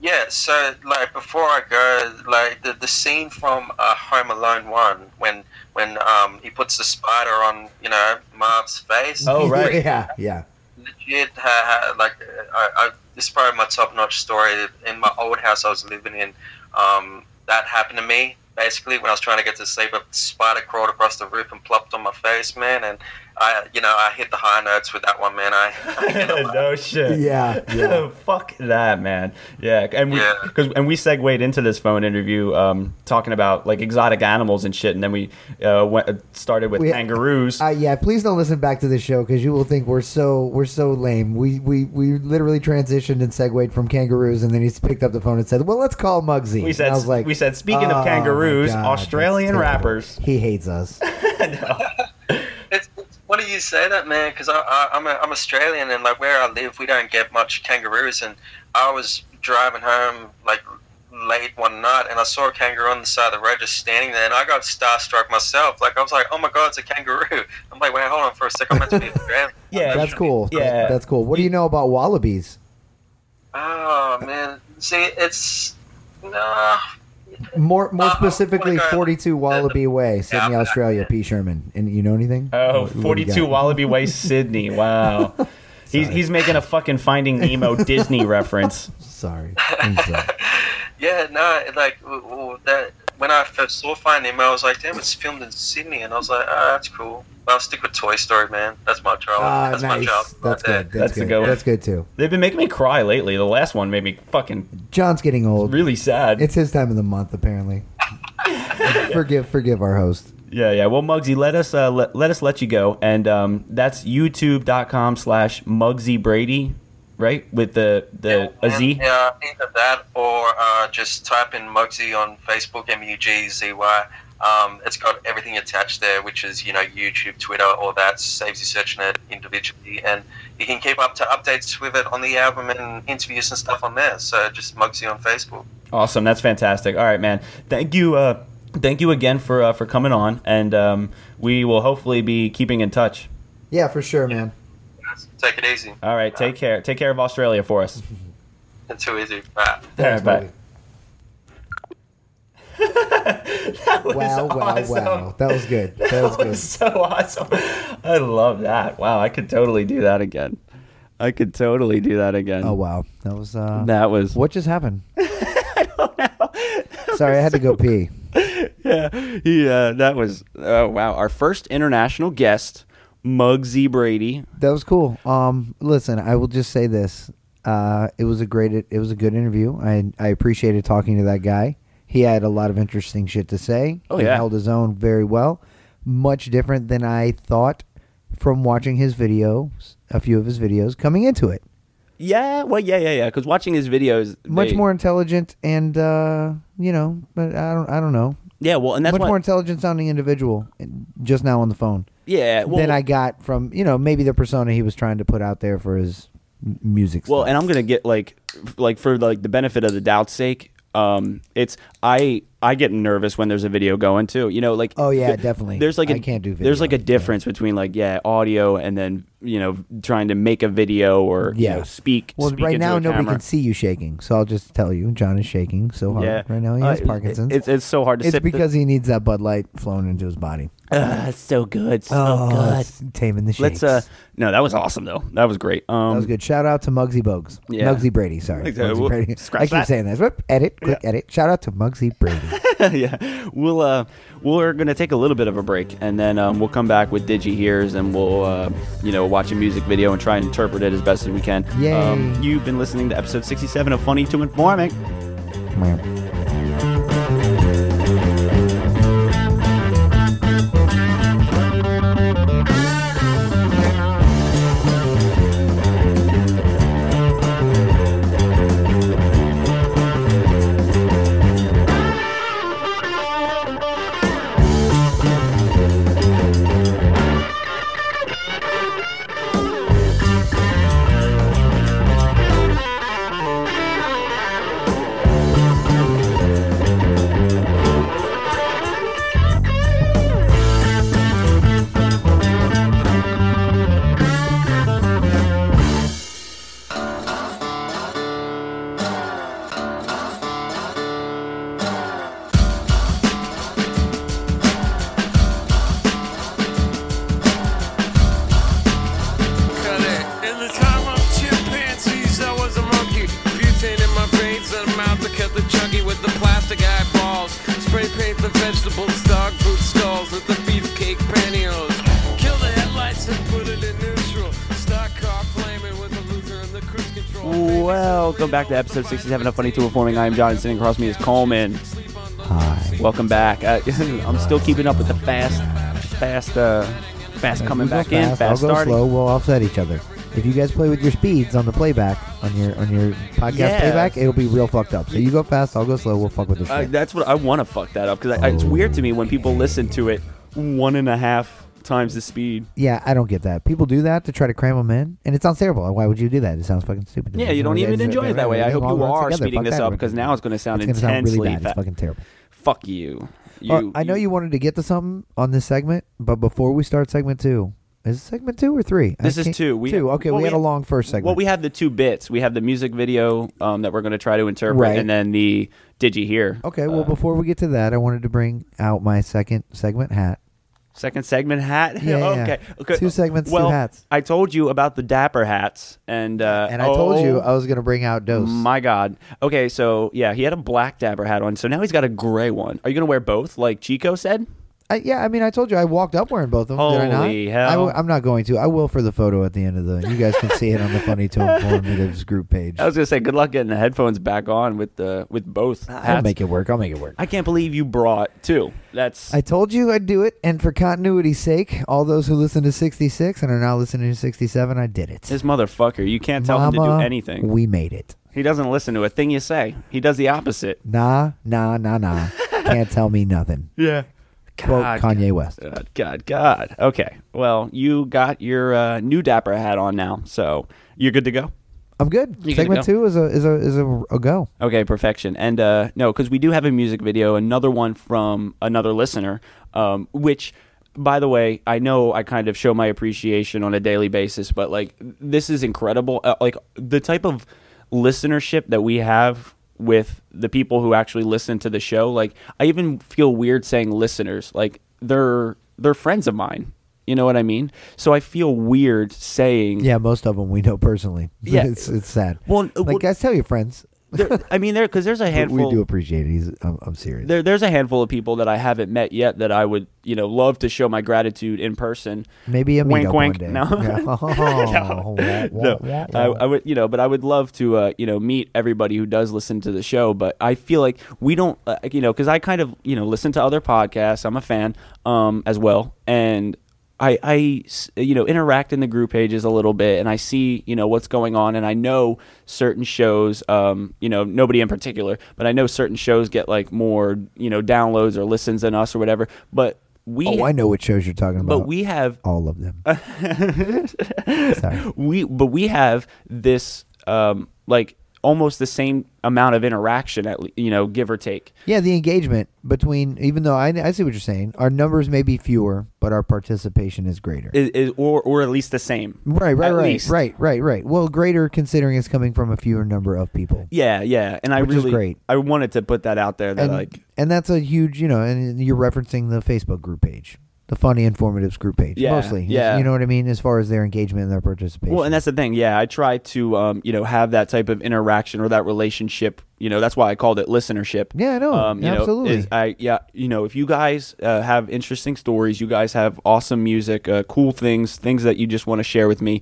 Speaker 5: Yeah, so like before I go, like the, the scene from uh, Home Alone one when when um, he puts the spider on you know Marv's face.
Speaker 2: Oh, right.
Speaker 3: yeah, yeah.
Speaker 5: legit ha, ha, like uh, I, I, this is probably my top notch story. In my old house I was living in, um, that happened to me basically when I was trying to get to sleep. A spider crawled across the roof and plopped on my face, man. And I, you know, I hit the high notes with that one, man. I,
Speaker 2: no shit.
Speaker 3: Yeah, yeah.
Speaker 2: Fuck that, man. Yeah, and we
Speaker 5: Yeah.
Speaker 2: because and we segued into this phone interview, um, talking about like exotic animals and shit, and then we uh, went, started with
Speaker 3: We-
Speaker 2: kangaroos.
Speaker 3: Uh, yeah, please don't listen back to this show because you will think we're so we're so lame. We, we we literally transitioned and segued from kangaroos, and then he picked up the phone and said, "Well, let's call Muggsy."
Speaker 2: We said-
Speaker 3: And I was like,
Speaker 2: we said, "Speaking of
Speaker 3: "Oh, my
Speaker 2: kangaroos,
Speaker 3: God,
Speaker 2: Australian
Speaker 3: that's terrible.
Speaker 2: rappers."
Speaker 3: He hates us.
Speaker 5: it's, it's funny funny you say that, man, because I, I, I'm, a, I'm Australian and like where I live, we don't get much kangaroos. And I was driving home like late one night and I saw a kangaroo on the side of the road just standing there, and I got starstruck myself. Like I was like, "Oh my god, it's a kangaroo!" I'm like, "Wait, hold on for a second. I'm meant to be Australian."
Speaker 6: Yeah,
Speaker 3: That's cool.
Speaker 6: Yeah.
Speaker 3: That's cool. What do you know about wallabies?
Speaker 5: Oh man, see, it's nah.
Speaker 3: More more
Speaker 5: Uh,
Speaker 3: specifically,
Speaker 5: like, uh,
Speaker 3: 42 Wallaby Way, Sydney,
Speaker 5: yeah,
Speaker 3: Australia. P. Sherman. And you know anything?
Speaker 6: Oh,
Speaker 3: What- what do you
Speaker 6: 42
Speaker 3: got?
Speaker 6: Wallaby Way, Sydney. Wow. He's, he's making a fucking Finding Nemo Disney reference.
Speaker 3: Sorry. I'm sorry.
Speaker 5: Yeah, no, like w- w- that. When I first saw Finding Nemo, I was like, "Damn, it's filmed in Sydney," and I was like, "Ah, that's cool." I'll stick with Toy Story, man. That's my child.
Speaker 3: Ah,
Speaker 5: that's my
Speaker 3: nice.
Speaker 5: child.
Speaker 3: That's
Speaker 5: right there.
Speaker 3: good. That's,
Speaker 6: That's a
Speaker 3: good.
Speaker 6: good one.
Speaker 3: That's good too.
Speaker 6: They've been making me cry lately. The last one made me fucking
Speaker 3: John's getting old.
Speaker 6: really sad.
Speaker 3: It's his time of the month, apparently. forgive, forgive our host.
Speaker 6: Yeah, yeah. Well, Muggsy, let us uh, let, let us let you go, and um, that's youtube.com slash Muggsy Brady, right? With the the a Z.
Speaker 5: Yeah, either that or uh, just type in Mugsy on Facebook, M U G Z Y. Um, it's got everything attached there, which is you know YouTube, Twitter, all that saves you searching it individually, and you can keep up to updates with it on the album and interviews and stuff on there. So just Mugsy on Facebook.
Speaker 6: Awesome, that's fantastic. All right, man. Thank you, uh, thank you again for uh, for coming on, and um, we will hopefully be keeping in touch.
Speaker 3: Yeah, for sure, man.
Speaker 5: Take it easy.
Speaker 6: All right,
Speaker 5: Uh,
Speaker 6: take care. Take care of Australia for us.
Speaker 5: It's too easy. Bye.
Speaker 6: Thanks,
Speaker 3: buddy.
Speaker 6: That was
Speaker 3: Wow, wow,
Speaker 6: awesome.
Speaker 3: wow. That was good. That, was good.
Speaker 6: was so awesome. I love that. Wow, I could totally do
Speaker 2: Do that again. I could totally do that again.
Speaker 3: Oh wow, that was. Uh,
Speaker 2: That was
Speaker 3: What just happened? I don't know. Sorry, I had to go pee.
Speaker 2: yeah, he, uh, that was oh wow. Our first international guest, Muggsy Brady.
Speaker 3: That was cool. Um, listen, I will just say this. Uh, it was a great. It was a good interview. I I appreciated talking to that guy. He had a lot of interesting shit to say.
Speaker 2: Oh,
Speaker 3: He
Speaker 2: yeah.
Speaker 3: held his own very well. Much different than I thought from watching his videos, a few of his videos coming into it.
Speaker 2: Yeah, well, yeah, yeah, yeah. Because watching his videos,
Speaker 3: Much
Speaker 2: they-
Speaker 3: more intelligent and uh, you know, but I don't I don't know.
Speaker 2: Yeah, well, and that's
Speaker 3: much
Speaker 2: why.
Speaker 3: more intelligent sounding individual and just now on the phone
Speaker 2: yeah, well,
Speaker 3: than I got from you know maybe the persona he was trying to put out there for his m- music.
Speaker 2: Well,
Speaker 3: stuff.
Speaker 2: and I'm gonna get like, f- like for like the benefit of the doubt's sake, um, it's I I get nervous when there's a video going too. You know, like
Speaker 3: Oh, yeah,
Speaker 2: th-
Speaker 3: definitely.
Speaker 2: There's like a
Speaker 3: I can't do
Speaker 2: There's
Speaker 3: video,
Speaker 2: like a
Speaker 3: yeah.
Speaker 2: difference between like yeah audio and then you know trying to make a video or you
Speaker 3: Yeah.
Speaker 2: know, speak.
Speaker 3: Well,
Speaker 2: speak
Speaker 3: right
Speaker 2: into
Speaker 3: now
Speaker 2: a
Speaker 3: nobody
Speaker 2: camera.
Speaker 3: can see you shaking, so I'll just tell you, John is shaking so hard
Speaker 2: Yeah,
Speaker 3: right now. He
Speaker 2: Uh,
Speaker 3: has
Speaker 2: it-
Speaker 3: Parkinson's.
Speaker 2: It's it's so hard to
Speaker 3: It's
Speaker 2: sit
Speaker 3: because he needs that Bud Light flowing into his body.
Speaker 2: Uh, it's so good. So
Speaker 3: it's taming the Oh, shakes.
Speaker 2: Oh, Let's uh no, that was awesome though. That was great. Um
Speaker 3: that was good. Shout out to Muggsy Bogues.
Speaker 2: Yeah.
Speaker 3: Muggsy Brady, sorry.
Speaker 2: Like, uh,
Speaker 3: Muggsy
Speaker 2: we'll-
Speaker 3: Brady.
Speaker 2: scratch
Speaker 3: I keep
Speaker 2: that.
Speaker 3: saying this. Whoop, edit, quick edit. Shout out to Muggsy Brady.
Speaker 2: yeah. We'll uh we're going to take a little bit of a break and then um, we'll come back with Digi Hears and we'll uh you know, watch a music video and try and interpret it as best as we can.
Speaker 3: Yay.
Speaker 2: Um you've been listening to episode 67 of Funny to Informing.
Speaker 3: Mwah.
Speaker 7: Cut it. In the time of chimpanzees, I was a monkey. Butane in my veins and a mouth to cut the chunky with the plastic eyeballs. Spray paint the vegetables, dog food stalls with the beefcake pantyhose. Kill the headlights and put it in neutral. Stock car flaming with the loser and the cruise control.
Speaker 2: Welcome back to episode 67 of Funny to Informing. I am John and sitting across me is Coleman.
Speaker 3: Hi.
Speaker 2: Welcome back. Uh, I'm still keeping up with the fast fast uh fast coming
Speaker 3: You go
Speaker 2: back in, fast
Speaker 3: I'll go
Speaker 2: starting.
Speaker 3: slow. We'll offset each other. If you guys play with your speeds on the playback on your on your podcast
Speaker 2: Yeah.
Speaker 3: playback, it'll be real fucked up. So you go fast, I'll go slow. We'll fuck with the
Speaker 2: I,
Speaker 3: shit.
Speaker 2: that's what I want to fuck that up because it's weird to me when people listen to it one and a half times the speed.
Speaker 3: Yeah, I don't get that. People do that to try to cram them in, and it sounds terrible. Why would you do that? It sounds fucking stupid. to me.
Speaker 2: Yeah, you don't
Speaker 3: It's-
Speaker 2: even
Speaker 3: it's-
Speaker 2: enjoy it that way. I hope
Speaker 3: All
Speaker 2: you
Speaker 3: runs
Speaker 2: are
Speaker 3: together.
Speaker 2: speeding
Speaker 3: Fuck
Speaker 2: this
Speaker 3: that
Speaker 2: up
Speaker 3: run.
Speaker 2: because now it's going to sound
Speaker 3: It's gonna sound
Speaker 2: intensely.
Speaker 3: really bad. It's
Speaker 2: fa-
Speaker 3: fucking terrible.
Speaker 2: Fuck you.
Speaker 3: Uh,
Speaker 2: You-
Speaker 3: I know you wanted to get to something on this segment, but before we start segment two, is it segment two or three? I
Speaker 2: This is
Speaker 3: can't-
Speaker 2: two. We-
Speaker 3: two. Okay,
Speaker 2: well,
Speaker 3: we,
Speaker 2: we
Speaker 3: had a
Speaker 2: had-
Speaker 3: long first segment.
Speaker 2: Well, we have the two bits. We have the music video um, that we're going to try to interpret,
Speaker 3: Right.
Speaker 2: and then the did you hear? Uh,
Speaker 3: okay. Well, before we get to that, I wanted to bring out my second segment hat.
Speaker 2: Second segment hat.
Speaker 3: Yeah, yeah, yeah.
Speaker 2: okay. okay.
Speaker 3: Two segments, two
Speaker 2: Well,
Speaker 3: hats.
Speaker 2: I told you about the dapper hats, and uh,
Speaker 3: And I told you
Speaker 2: oh,
Speaker 3: I was going to bring out Dose.
Speaker 2: My God. Okay, so yeah, he had a black dapper hat on, so now he's got a gray one. Are you gonna wear both, like Chico said?
Speaker 3: I, yeah, I mean, I told you I walked up wearing both of them. did I not?
Speaker 2: Holy hell.
Speaker 3: I w- I'm not going to. I will for the photo at the end of the. You guys can see it on the Funny to Informatives group page.
Speaker 2: I was gonna say, good luck getting the headphones back on with the with both hats.
Speaker 3: I'll Ah, make it work. I'll make it work.
Speaker 2: I can't believe you brought two. That's
Speaker 3: I told you I'd do it, and for continuity's sake, all those who listen to 66 and are now listening to 67, I did it.
Speaker 2: this motherfucker. You can't tell him to
Speaker 3: Mama,
Speaker 2: do anything.
Speaker 3: We made it.
Speaker 2: he doesn't listen to a thing you say. He does the opposite.
Speaker 3: Nah, nah, nah, nah. Can't tell me nothing.
Speaker 2: Yeah.
Speaker 3: Quote Kanye West.
Speaker 2: God, God, God. Okay. Well, you got your uh, new dapper hat on now, so you're good to go.
Speaker 3: I'm good.
Speaker 2: You gotta
Speaker 3: Segment
Speaker 2: go.
Speaker 3: two is a is a is a, a go.
Speaker 2: Okay, perfection. And uh, no, because we do have a music video, another one from another listener, um, which, by the way, I know I kind of show my appreciation on a daily basis, but like this is incredible. Uh, like the type of listenership that we have with the people who actually listen to the show. Like I even feel weird saying listeners. Like they're they're friends of mine. You know what I mean? So I feel weird saying.
Speaker 3: Yeah, most of them we know personally.
Speaker 2: Yeah.
Speaker 3: it's it's sad.
Speaker 2: Well, uh,
Speaker 3: like
Speaker 2: well-
Speaker 3: guys, tell your friends.
Speaker 2: There- I mean, there because there's a
Speaker 3: We-
Speaker 2: handful.
Speaker 3: We do appreciate it. He's, I'm, I'm serious.
Speaker 2: there, there's a handful of people that I haven't met yet that I would, you know, love to show my gratitude in person.
Speaker 3: Maybe a
Speaker 2: wink,
Speaker 3: meetup
Speaker 2: wink.
Speaker 3: one day.
Speaker 2: No,
Speaker 3: Yeah.
Speaker 2: no,
Speaker 3: Wah, wah,
Speaker 2: no.
Speaker 3: wah,
Speaker 2: I,
Speaker 3: wah.
Speaker 2: I would, you know, but I would love to, uh, you know, meet everybody who does listen to the show. But I feel like we don't, uh, you know, because I kind of, you know, listen to other podcasts. I'm a fan um, as well, and. I, I s- you know interact in the group pages a little bit and I see you know what's going on and I know certain shows um, you know nobody in particular but I know certain shows get like more you know downloads or listens than us or whatever but we
Speaker 3: oh, I know what shows you're talking about.
Speaker 2: but we have
Speaker 3: all of them. Sorry.
Speaker 2: we but we have this um like almost the same amount of interaction at le- you know give or take
Speaker 3: Yeah, the engagement between, even though I, I see what you're saying, our numbers may be fewer, but our participation is greater.
Speaker 2: is, is or or at least the same
Speaker 3: right, right,
Speaker 2: At
Speaker 3: right,
Speaker 2: least.
Speaker 3: right, right, right. Well, greater considering it's coming from a fewer number of people.
Speaker 2: yeah yeah and i
Speaker 3: Which is
Speaker 2: really
Speaker 3: great.
Speaker 2: i wanted to put that out there that
Speaker 3: and,
Speaker 2: like
Speaker 3: and that's a huge, you know, and you're referencing the Facebook group page, the Funny Informatives group page,
Speaker 2: Yeah,
Speaker 3: mostly.
Speaker 2: yeah.
Speaker 3: You know what I mean? As far as their engagement and their participation.
Speaker 2: well and that's the thing yeah i try to um you know have that type of interaction or that relationship you know that's why i called it listenership Um,
Speaker 3: Yeah, I know.
Speaker 2: you
Speaker 3: Absolutely.
Speaker 2: know, is i yeah you know if you guys uh, have interesting stories you guys have awesome music uh, cool things things that you just want to share with me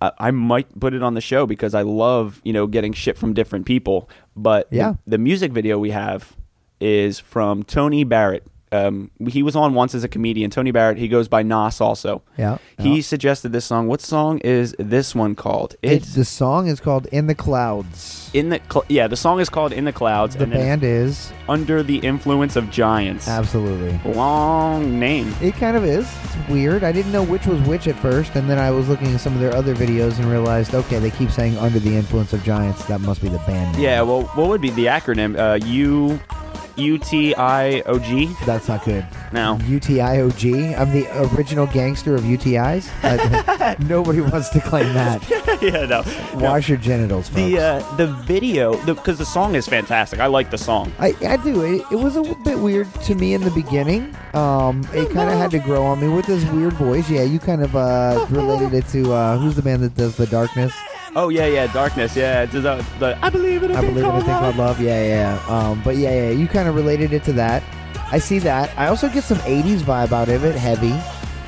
Speaker 2: uh, i might put it on the show because i love you know getting shit from different people but the-
Speaker 3: Yeah.
Speaker 2: the, music video we have is from tony barrett um, he was on once as a comedian tony barrett he goes by nas also
Speaker 3: Yeah,
Speaker 2: he
Speaker 3: yeah.
Speaker 2: suggested this song. What song is this one called?
Speaker 3: it's
Speaker 2: It's
Speaker 3: the song is called "In the Clouds."
Speaker 2: in the cl- yeah. The song is called "In the Clouds."
Speaker 3: The
Speaker 2: and it's
Speaker 3: band is
Speaker 2: under the influence of giants.
Speaker 3: absolutely.
Speaker 2: Long name.
Speaker 3: It kind of is. It's weird. I didn't know which was which at first, and then I was looking at some of their other videos and realized, okay, they keep saying "under the influence of giants." That must be the band. name.
Speaker 2: Yeah. Well, what would be the acronym? Uh, U U T I O G.
Speaker 3: That's not good.
Speaker 2: No.
Speaker 3: UTIOG. I'm the original gangster of UTIs. I- nobody wants to claim that.
Speaker 2: yeah. No.
Speaker 3: Wash your genitals, folks.
Speaker 2: The uh, the video because the, song is fantastic. I like the song.
Speaker 3: I, I do. It, it was a little bit weird to me in the beginning. Um,
Speaker 2: Oh,
Speaker 3: it kind of had to grow on me with this weird voice. Yeah, you kind of uh, related it to uh, who's the man that does the darkness?
Speaker 2: Oh yeah, yeah. Darkness. Yeah. It's, uh, the, I believe in a
Speaker 3: I
Speaker 2: thing
Speaker 3: believe in a
Speaker 2: called
Speaker 3: thing
Speaker 2: love.
Speaker 3: called love. Yeah, yeah. yeah. Um, but yeah, yeah, you kind of related it to that. I see that. I also get some '80s vibe out of it. Heavy.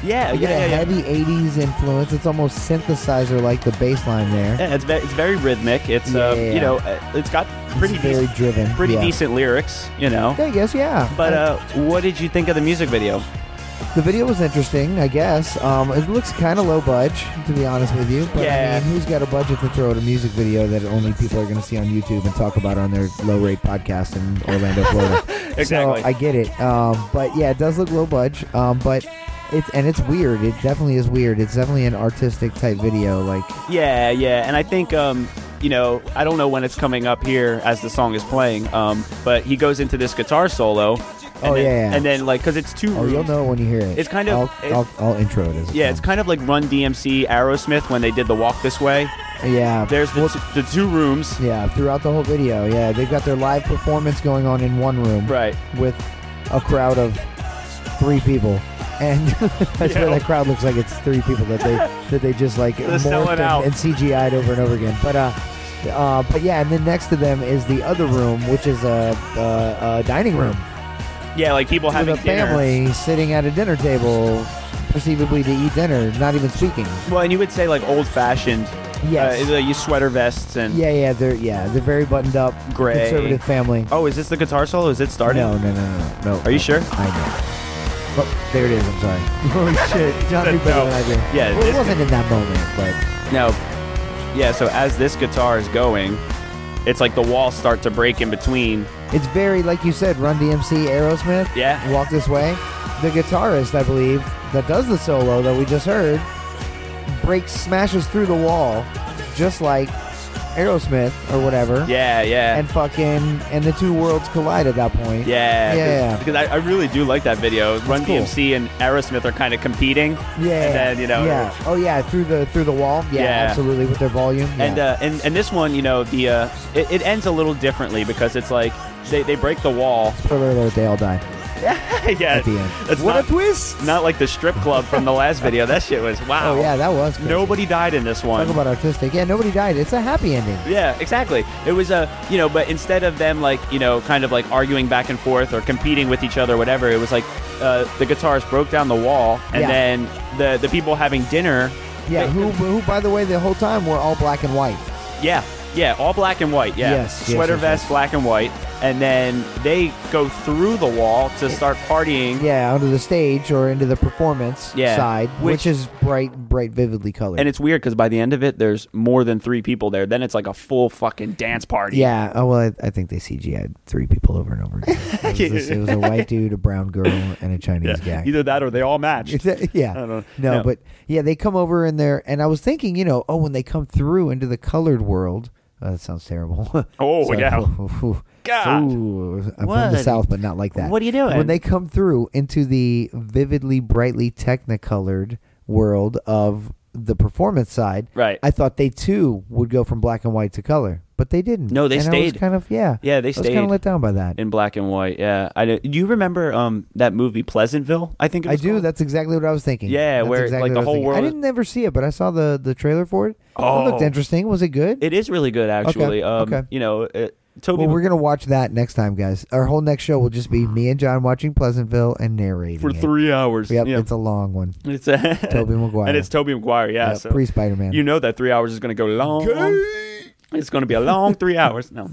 Speaker 2: Yeah.
Speaker 3: I
Speaker 2: Oh, Yeah.
Speaker 3: get
Speaker 2: Yeah.
Speaker 3: a
Speaker 2: yeah.
Speaker 3: heavy '80s influence. It's almost synthesizer like the bass line there.
Speaker 2: Yeah, it's, ve- it's very rhythmic. It's
Speaker 3: Yeah,
Speaker 2: um,
Speaker 3: yeah, yeah.
Speaker 2: you know, uh, it's got pretty
Speaker 3: It's very
Speaker 2: dec-
Speaker 3: driven.
Speaker 2: pretty
Speaker 3: yeah.
Speaker 2: decent lyrics, you know. uh,
Speaker 3: I guess yeah.
Speaker 2: But uh, what did you think of the music video?
Speaker 3: The video was interesting, I guess. Um, it looks kind of low budge, to be honest with you. But
Speaker 6: Yeah.
Speaker 3: I mean, who's got a budget to throw at a music video that only people are going to see on YouTube and talk about on their low rate podcast in Orlando, Florida?
Speaker 6: Exactly.
Speaker 3: So I get it. Um, but yeah, it does look low budge. Um, but it's and it's weird. It definitely is weird. It's definitely an artistic type video. Like
Speaker 2: Yeah, yeah, and I think um, you know, I don't know when it's coming up here as the song is playing, um, but he goes into this guitar solo. And
Speaker 3: Oh,
Speaker 2: then,
Speaker 3: yeah, yeah.
Speaker 2: and then like because it's two.
Speaker 3: oh, you'll
Speaker 2: rooms.
Speaker 3: know when you hear it.
Speaker 2: It's kind of-
Speaker 3: I'll, I'll, I'll intro it as it
Speaker 2: Yeah, it's
Speaker 3: comes.
Speaker 2: kind of like Run DMC, Aerosmith when they did the Walk This Way.
Speaker 3: yeah.
Speaker 2: There's the, t- the two rooms.
Speaker 3: Yeah, throughout the whole video. Yeah, they've got their live performance going on in one room.
Speaker 2: Right.
Speaker 3: With a crowd of three people. And that's where that crowd looks like it's three people that they that they just like
Speaker 2: selling
Speaker 3: morphed and,
Speaker 2: out.
Speaker 3: and CGI'd over and over again. But uh, uh, but yeah, and then next to them is the other room, which is a, a, a dining room
Speaker 2: Yeah, like people having
Speaker 3: with a
Speaker 2: dinner.
Speaker 3: family sitting at a dinner table, perceivably to eat dinner, not even speaking.
Speaker 2: Well, and you would say like old fashioned.
Speaker 3: Yes.
Speaker 2: Uh, you sweater vests and.
Speaker 3: Yeah, yeah, they're yeah, they're very buttoned up,
Speaker 2: Gray.
Speaker 3: conservative family.
Speaker 2: Oh, is this the guitar solo? Is it starting?
Speaker 3: No, no, no, no, no.
Speaker 2: Are you sure?
Speaker 3: I know. Oh, there it is. I'm sorry.
Speaker 2: Oh,
Speaker 3: Holy shit, John knew better than I did.
Speaker 2: Yeah,
Speaker 3: well, it
Speaker 2: it's-
Speaker 3: wasn't in that moment,
Speaker 2: No. Yeah, so as this guitar is going, it's like the walls start to break in between.
Speaker 3: but it's very like you said, Run DMC, Aerosmith.
Speaker 2: Yeah.
Speaker 3: Walk this way. The guitarist, I believe, that does the solo that we just heard, breaks, smashes through the wall, just like Aerosmith or whatever.
Speaker 2: Yeah, yeah.
Speaker 3: And fucking, and the two worlds collide at that point.
Speaker 2: yeah,
Speaker 3: Yeah.
Speaker 2: Because I, I really do like that video. Run
Speaker 3: cool.
Speaker 2: DMC and Aerosmith are kind of competing.
Speaker 3: Yeah.
Speaker 2: And then, you know.
Speaker 3: Yeah. Oh yeah, through the through the wall. Yeah,
Speaker 2: Yeah.
Speaker 3: absolutely with their volume. Yeah.
Speaker 2: And, uh, and and this one, you know, the uh, it, it ends a little differently because it's like they, they break the wall.
Speaker 3: Spoiler alert, they all die.
Speaker 2: yeah,
Speaker 3: At the end.
Speaker 2: It's
Speaker 3: what
Speaker 2: not,
Speaker 3: a twist!
Speaker 2: not like the strip club from the last video. That shit was wow.
Speaker 3: Oh, yeah, that was crazy.
Speaker 2: Nobody died in this one.
Speaker 3: Talk about artistic. Yeah, nobody died. It's a happy ending.
Speaker 2: Yeah, exactly. It was a, you know, but instead of them like, you know, kind of like arguing back and forth or competing with each other, or whatever, it was like uh, the guitarist broke down the wall and
Speaker 3: Yeah.
Speaker 2: then the the people having dinner.
Speaker 3: Yeah, who, who, by the way, the whole time were all black and white.
Speaker 2: Yeah, yeah, all black and white. Yeah,
Speaker 3: Yes, yes,
Speaker 2: sweater
Speaker 3: yes,
Speaker 2: vest, black and white, and then they go through the wall to start partying.
Speaker 3: Yeah, onto the stage or into the performance
Speaker 2: Yeah,
Speaker 3: side, which,
Speaker 2: which-
Speaker 3: is bright, bright, vividly colored.
Speaker 2: And it's weird because by the end of it, there's more than three people there. Then it's like a full fucking dance party.
Speaker 3: yeah, oh, well, I, I think they CGI'd three people over and over again. It was, this- it was a white dude, a brown girl, and a Chinese guy.
Speaker 2: Either that or they all matched.
Speaker 3: It's- yeah.
Speaker 2: I don't-
Speaker 3: no,
Speaker 2: no.
Speaker 3: but yeah, they come over in there, and I was thinking, you know, oh, when they come through into the colored world, oh, that sounds terrible.
Speaker 2: Oh, yeah. God.
Speaker 3: Ooh, I'm from the
Speaker 2: What?
Speaker 3: south, but not like that.
Speaker 2: What are you doing?
Speaker 3: When they come through into the vividly, brightly technicolored world of the performance side,
Speaker 2: Right.
Speaker 3: I thought they too would go from black and white to color, but they didn't.
Speaker 2: No, they
Speaker 3: And I was
Speaker 2: stayed.
Speaker 3: kind of yeah,
Speaker 2: Yeah, they
Speaker 3: I was kind
Speaker 2: stayed.
Speaker 3: of let down by that.
Speaker 2: in black and white. Yeah, I do you remember um that movie Pleasantville? I think it
Speaker 3: I
Speaker 2: was
Speaker 3: do.
Speaker 2: called?
Speaker 3: That's exactly what I was thinking.
Speaker 2: Yeah,
Speaker 3: That's
Speaker 2: where, like,
Speaker 3: what
Speaker 2: the
Speaker 3: I was
Speaker 2: whole
Speaker 3: thinking. I
Speaker 2: world-
Speaker 3: didn't never see it, but I saw the the trailer for it.
Speaker 2: Oh.
Speaker 3: it looked interesting. Was it good?
Speaker 2: It is really good, actually. Um,
Speaker 3: okay.
Speaker 2: You know, it, Toby.
Speaker 3: well, we're gonna watch that next time, guys. Our whole next show will just be me and John watching Pleasantville and narrating
Speaker 2: for
Speaker 3: it.
Speaker 2: three hours.
Speaker 3: Yep,
Speaker 2: yeah.
Speaker 3: it's a long one.
Speaker 2: It's a
Speaker 3: Toby Maguire.
Speaker 2: and it's Toby Maguire. Yeah,
Speaker 3: Yep,
Speaker 2: so
Speaker 3: pre Spider-Man.
Speaker 2: you know that three hours is going to go long. It's going to be a long three hours. No,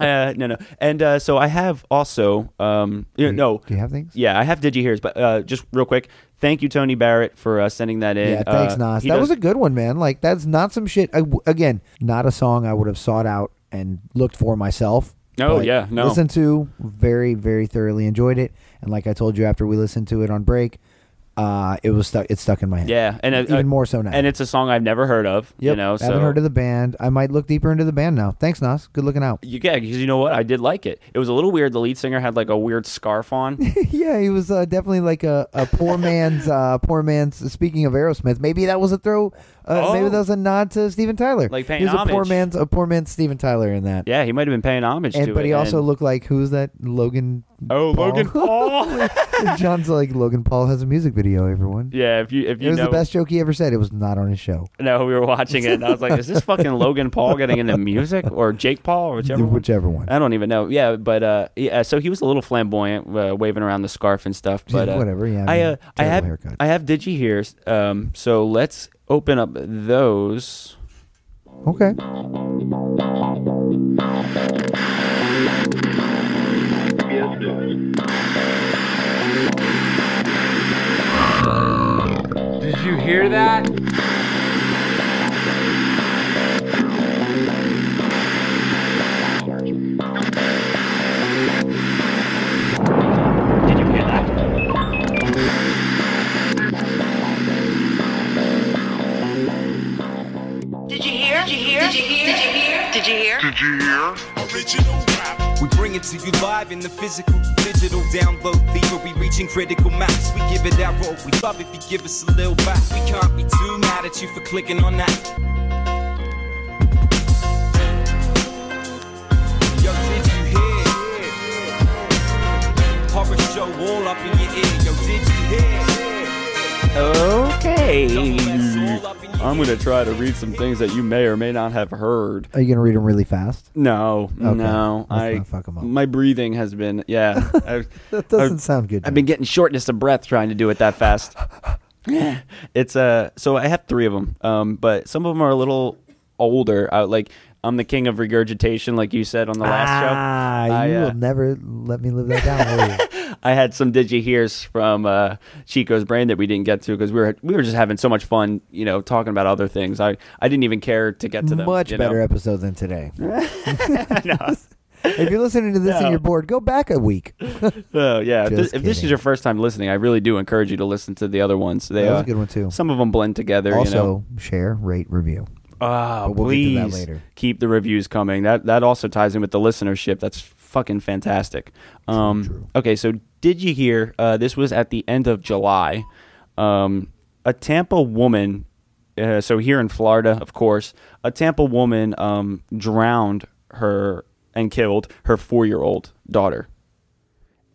Speaker 2: uh, no, no. And uh, so I have also, um, you
Speaker 3: Do you-
Speaker 2: know,
Speaker 3: do you have things?
Speaker 2: Yeah, I have DigiHears, but uh, just real quick, thank you, Tony Barrett, for uh, sending that in.
Speaker 3: Yeah, thanks,
Speaker 2: uh,
Speaker 3: Nas.
Speaker 2: he
Speaker 3: That
Speaker 2: does-
Speaker 3: was a good one, man. Like that's not some shit. I w again, not a song I would have sought out and looked for myself.
Speaker 2: Oh,
Speaker 3: but
Speaker 2: yeah, no.
Speaker 3: Listened to very, very thoroughly enjoyed it, and like I told you after we listened to it on break, uh, it was stuck. It's stuck in my head.
Speaker 2: yeah, and uh,
Speaker 3: even
Speaker 2: uh,
Speaker 3: more so now.
Speaker 2: And it's a song I've never heard of.
Speaker 3: Yep.
Speaker 2: You know, so
Speaker 3: haven't heard of the band. I might look deeper into the band now. Thanks, Nas. Good looking out.
Speaker 2: You, yeah, because you know what? I did like it. It was a little weird. The lead singer had like a weird scarf on.
Speaker 3: yeah, he was uh, definitely like a, a poor man's uh, poor man's. Speaking of Aerosmith, maybe that was a throw. Uh, Maybe
Speaker 2: Oh.
Speaker 3: that was a nod to Steven Tyler.
Speaker 2: Like
Speaker 3: he
Speaker 2: paying
Speaker 3: was a poor
Speaker 2: homage.
Speaker 3: man's a poor man's Steven Tyler in that.
Speaker 2: yeah, he might have been paying homage
Speaker 3: and
Speaker 2: to
Speaker 3: but
Speaker 2: it.
Speaker 3: he also
Speaker 2: and-
Speaker 3: looked like who's that Logan?
Speaker 2: oh
Speaker 3: Paul.
Speaker 2: Logan Paul.
Speaker 3: John's like Logan Paul has a music video. Everyone.
Speaker 2: yeah, if you if
Speaker 3: It
Speaker 2: you
Speaker 3: was
Speaker 2: know,
Speaker 3: the best joke he ever said. It was not on his show.
Speaker 2: no, we were watching it. and I was like, is this fucking Logan Paul getting into music or Jake Paul or whichever? one?
Speaker 3: Whichever one.
Speaker 2: I don't even know. Yeah, but uh, yeah. So he was a little flamboyant, uh, waving around the scarf and stuff. But uh,
Speaker 3: whatever, yeah, I
Speaker 2: I
Speaker 3: mean,
Speaker 2: uh, I
Speaker 3: terrible
Speaker 2: have
Speaker 3: haircut.
Speaker 2: I have digi hears. Um, so let's open up those.
Speaker 3: Okay.
Speaker 8: hear that? Did you hear that?
Speaker 9: Did you hear? Did you hear? Did you hear? Did you hear?
Speaker 10: We bring it to you live in the physical, digital download theory, reaching critical mass. We give it that roll. We love if you give us a little back. We can't be too mad at you for clicking on that. Yo, did you hear? Horror show all up in your ear. Yo, did you hear?
Speaker 2: Okay. I'm going to try to read some things that you may or may not have heard.
Speaker 3: Are you gonna read them really fast?
Speaker 2: No, no.
Speaker 3: Let's
Speaker 2: I
Speaker 3: not fuck 'em up.
Speaker 2: my breathing has been yeah. I,
Speaker 3: That
Speaker 2: Uh,
Speaker 3: doesn't sound good.
Speaker 2: I've been getting shortness of breath trying to do it that fast. it's uh so I have three of them, um, but some of them are a little older. I, like I'm the king of regurgitation, like you said on the last
Speaker 3: ah,
Speaker 2: show. I,
Speaker 3: you
Speaker 2: uh,
Speaker 3: will never let me live that down. will you?
Speaker 2: I had some digi hears from uh, Chico's brain that we didn't get to because we were we were just having so much fun, you know, talking about other things. I, I didn't even care to get to them.
Speaker 3: Much
Speaker 2: you
Speaker 3: better
Speaker 2: know?
Speaker 3: episode than today. If you're listening to this and you're bored, go back a week.
Speaker 2: Oh yeah. If
Speaker 3: Just
Speaker 2: this, if this is
Speaker 3: kidding.
Speaker 2: your first time listening, I really do encourage you to listen to the other ones. They,
Speaker 3: That was
Speaker 2: uh,
Speaker 3: a good one, too.
Speaker 2: Some of them blend together.
Speaker 3: also,
Speaker 2: you know?
Speaker 3: share, rate, review.
Speaker 2: Ah,
Speaker 3: But we'll get
Speaker 2: please
Speaker 3: to that later.
Speaker 2: keep the reviews coming. That that also ties in with the listenership. That's fucking fantastic. Um, Okay, so did you hear? Uh, this was at the end of July. Um, a Tampa woman, uh, so here in Florida, of course, a Tampa woman um, drowned her and killed her four-year-old daughter.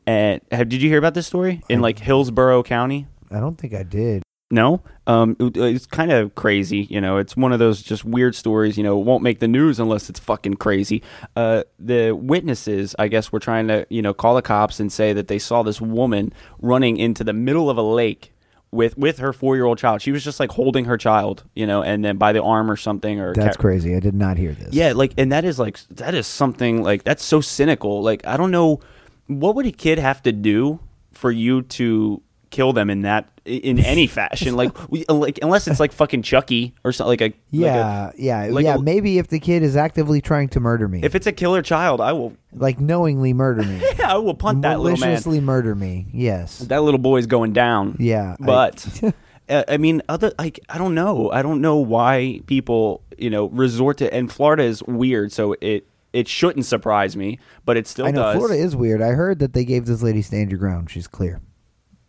Speaker 2: And have, did you hear about this story in like Hillsborough County?
Speaker 3: I don't think I did.
Speaker 2: No. Um, it- it's kind of crazy. You know, it's one of those just weird stories. You know, it won't make the news unless it's fucking crazy. Uh, the witnesses, I guess, were trying to, you know, call the cops and say that they saw this woman running into the middle of a lake with with her four year old child. She was just like holding her child, you know, and then by the arm or something. Or
Speaker 3: That's
Speaker 2: ca-
Speaker 3: crazy. I did not hear this.
Speaker 2: yeah, like, and that is like that is something like that's so cynical. Like, I don't know what would a kid have to do for you to kill them in that in any fashion. Like, we, uh, like unless it's like fucking Chucky or something. Like a like a-
Speaker 3: Yeah, yeah,
Speaker 2: like
Speaker 3: yeah.
Speaker 2: a-
Speaker 3: maybe if the kid is actively trying to murder me,
Speaker 2: if it's a killer child, I will
Speaker 3: like knowingly murder me,
Speaker 2: yeah, I will punt that little man.
Speaker 3: maliciously murder me. Yes,
Speaker 2: That little boy's going down.
Speaker 3: Yeah, I-
Speaker 2: but. uh, I mean, other like I don't know. I don't know why people you know resort to. And Florida is weird, so it it shouldn't surprise me, but it still
Speaker 3: I know
Speaker 2: does.
Speaker 3: Florida is weird. I heard that they gave this lady stand your ground. She's clear.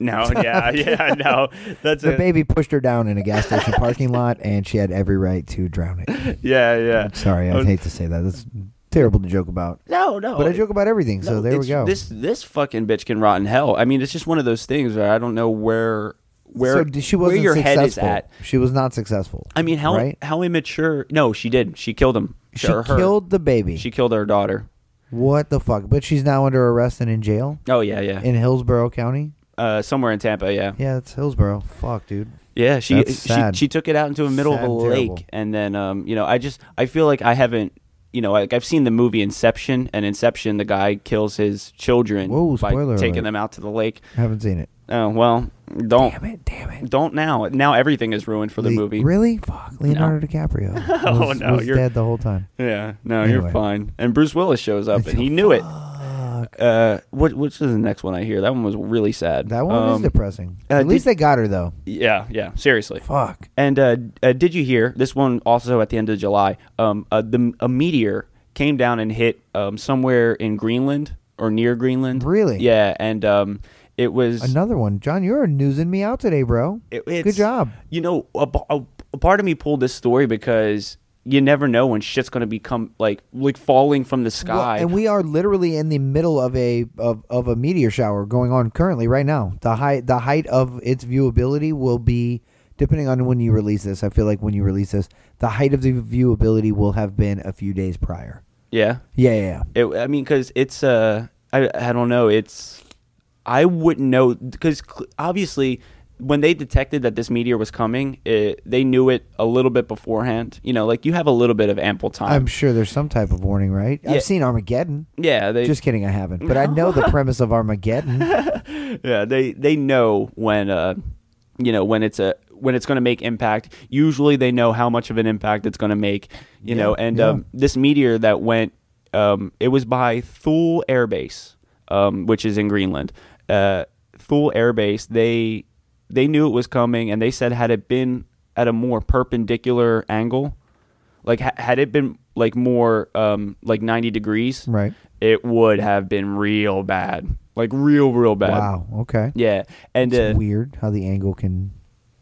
Speaker 2: No, yeah, yeah, no. That's
Speaker 3: The
Speaker 2: it.
Speaker 3: baby pushed her down in a gas station parking lot, and she had every right to drown it.
Speaker 2: Yeah, yeah.
Speaker 3: Sorry, I
Speaker 2: Um,
Speaker 3: hate to say that. That's terrible to joke about.
Speaker 2: No, no.
Speaker 3: But I joke about everything, so
Speaker 2: no,
Speaker 3: there we
Speaker 2: it's-
Speaker 3: go.
Speaker 2: This this fucking bitch can rot in hell. I mean, it's just one of those things where I don't know where where
Speaker 3: so d- she wasn't
Speaker 2: where your
Speaker 3: successful.
Speaker 2: head is at.
Speaker 3: She was not successful.
Speaker 2: I mean, how
Speaker 3: right?
Speaker 2: how immature? No, she did. She killed him.
Speaker 3: She
Speaker 2: Or her.
Speaker 3: killed the baby.
Speaker 2: She killed her daughter.
Speaker 3: what the fuck? But she's now under arrest and in jail
Speaker 2: Oh yeah, yeah.
Speaker 3: in Hillsborough County.
Speaker 2: uh, somewhere in Tampa. Yeah, yeah.
Speaker 3: Yeah, it's Hillsborough. Fuck, dude.
Speaker 2: she
Speaker 3: That's
Speaker 2: she
Speaker 3: sad.
Speaker 2: she took it out into the middle
Speaker 3: Sad
Speaker 2: of a
Speaker 3: and
Speaker 2: lake,
Speaker 3: terrible.
Speaker 2: and then um, you know, I just I feel like I haven't. You know, like I've seen the movie Inception, and Inception, the guy kills his children
Speaker 3: Whoa,
Speaker 2: by
Speaker 3: spoiler
Speaker 2: taking
Speaker 3: alert.
Speaker 2: them out to the lake.
Speaker 3: Haven't seen it.
Speaker 2: Oh well, don't
Speaker 3: Damn it! Damn it!
Speaker 2: don't now. Now everything is ruined for the
Speaker 3: Le-
Speaker 2: movie.
Speaker 3: Really? Fuck. Leonardo DiCaprio.
Speaker 2: Oh,
Speaker 3: was,
Speaker 2: no,
Speaker 3: was
Speaker 2: you're-
Speaker 3: dead the whole time.
Speaker 2: Yeah, no, you're
Speaker 3: Anyway.
Speaker 2: fine. And Bruce Willis shows up, and he knew it. Uh, what which is the next one I hear? That one was really sad.
Speaker 3: That one is
Speaker 2: Um,
Speaker 3: depressing.
Speaker 2: uh,
Speaker 3: At least
Speaker 2: did-
Speaker 3: they got her though.
Speaker 2: Yeah, yeah, seriously.
Speaker 3: Fuck.
Speaker 2: And uh, uh, did you hear this one also at the end of July? Um, uh, the a meteor came down and hit um, somewhere in Greenland or near Greenland.
Speaker 3: Really?
Speaker 2: Yeah, and um, it was
Speaker 3: Another one, John. You're newsing me out today, bro.
Speaker 2: It-
Speaker 3: Good
Speaker 2: it's-
Speaker 3: job.
Speaker 2: You know, a, p- a- a part of me pulled this story because you never know when shit's going to become like like falling from the
Speaker 3: Well,
Speaker 2: sky.
Speaker 3: and we are literally in the middle of a of, of a meteor shower going on currently right now. The height the height of its viewability will be depending on when you release this. I feel like when you release this, the height of the viewability will have been a few days prior.
Speaker 2: yeah.
Speaker 3: Yeah, yeah, yeah.
Speaker 2: It, I mean, because it's uh, I I don't know. It's I wouldn't know because cl- obviously when they detected that this meteor was coming, it, they knew it a little bit beforehand. You know, like you have a little bit of ample time.
Speaker 3: I'm sure there's some type of warning, right?
Speaker 2: Yeah.
Speaker 3: I've seen Armageddon.
Speaker 2: yeah, they
Speaker 3: Just kidding, I haven't. But I know the premise of Armageddon.
Speaker 2: yeah they they know when uh you know when it's a when it's going to make impact. Usually, they know how much of an impact it's going to make. You know, and
Speaker 3: yeah.
Speaker 2: um, this meteor that went, um, it was by Thule Air Base, um, which is in Greenland. Uh, Thule Air Base, they they knew it was coming, and they said had it been at a more perpendicular angle, like ha- had it been like more um, like ninety degrees,
Speaker 3: Right.
Speaker 2: It would have been real bad, like real, real bad.
Speaker 3: Wow. Okay.
Speaker 2: Yeah, and
Speaker 3: It's
Speaker 2: uh,
Speaker 3: weird how the angle can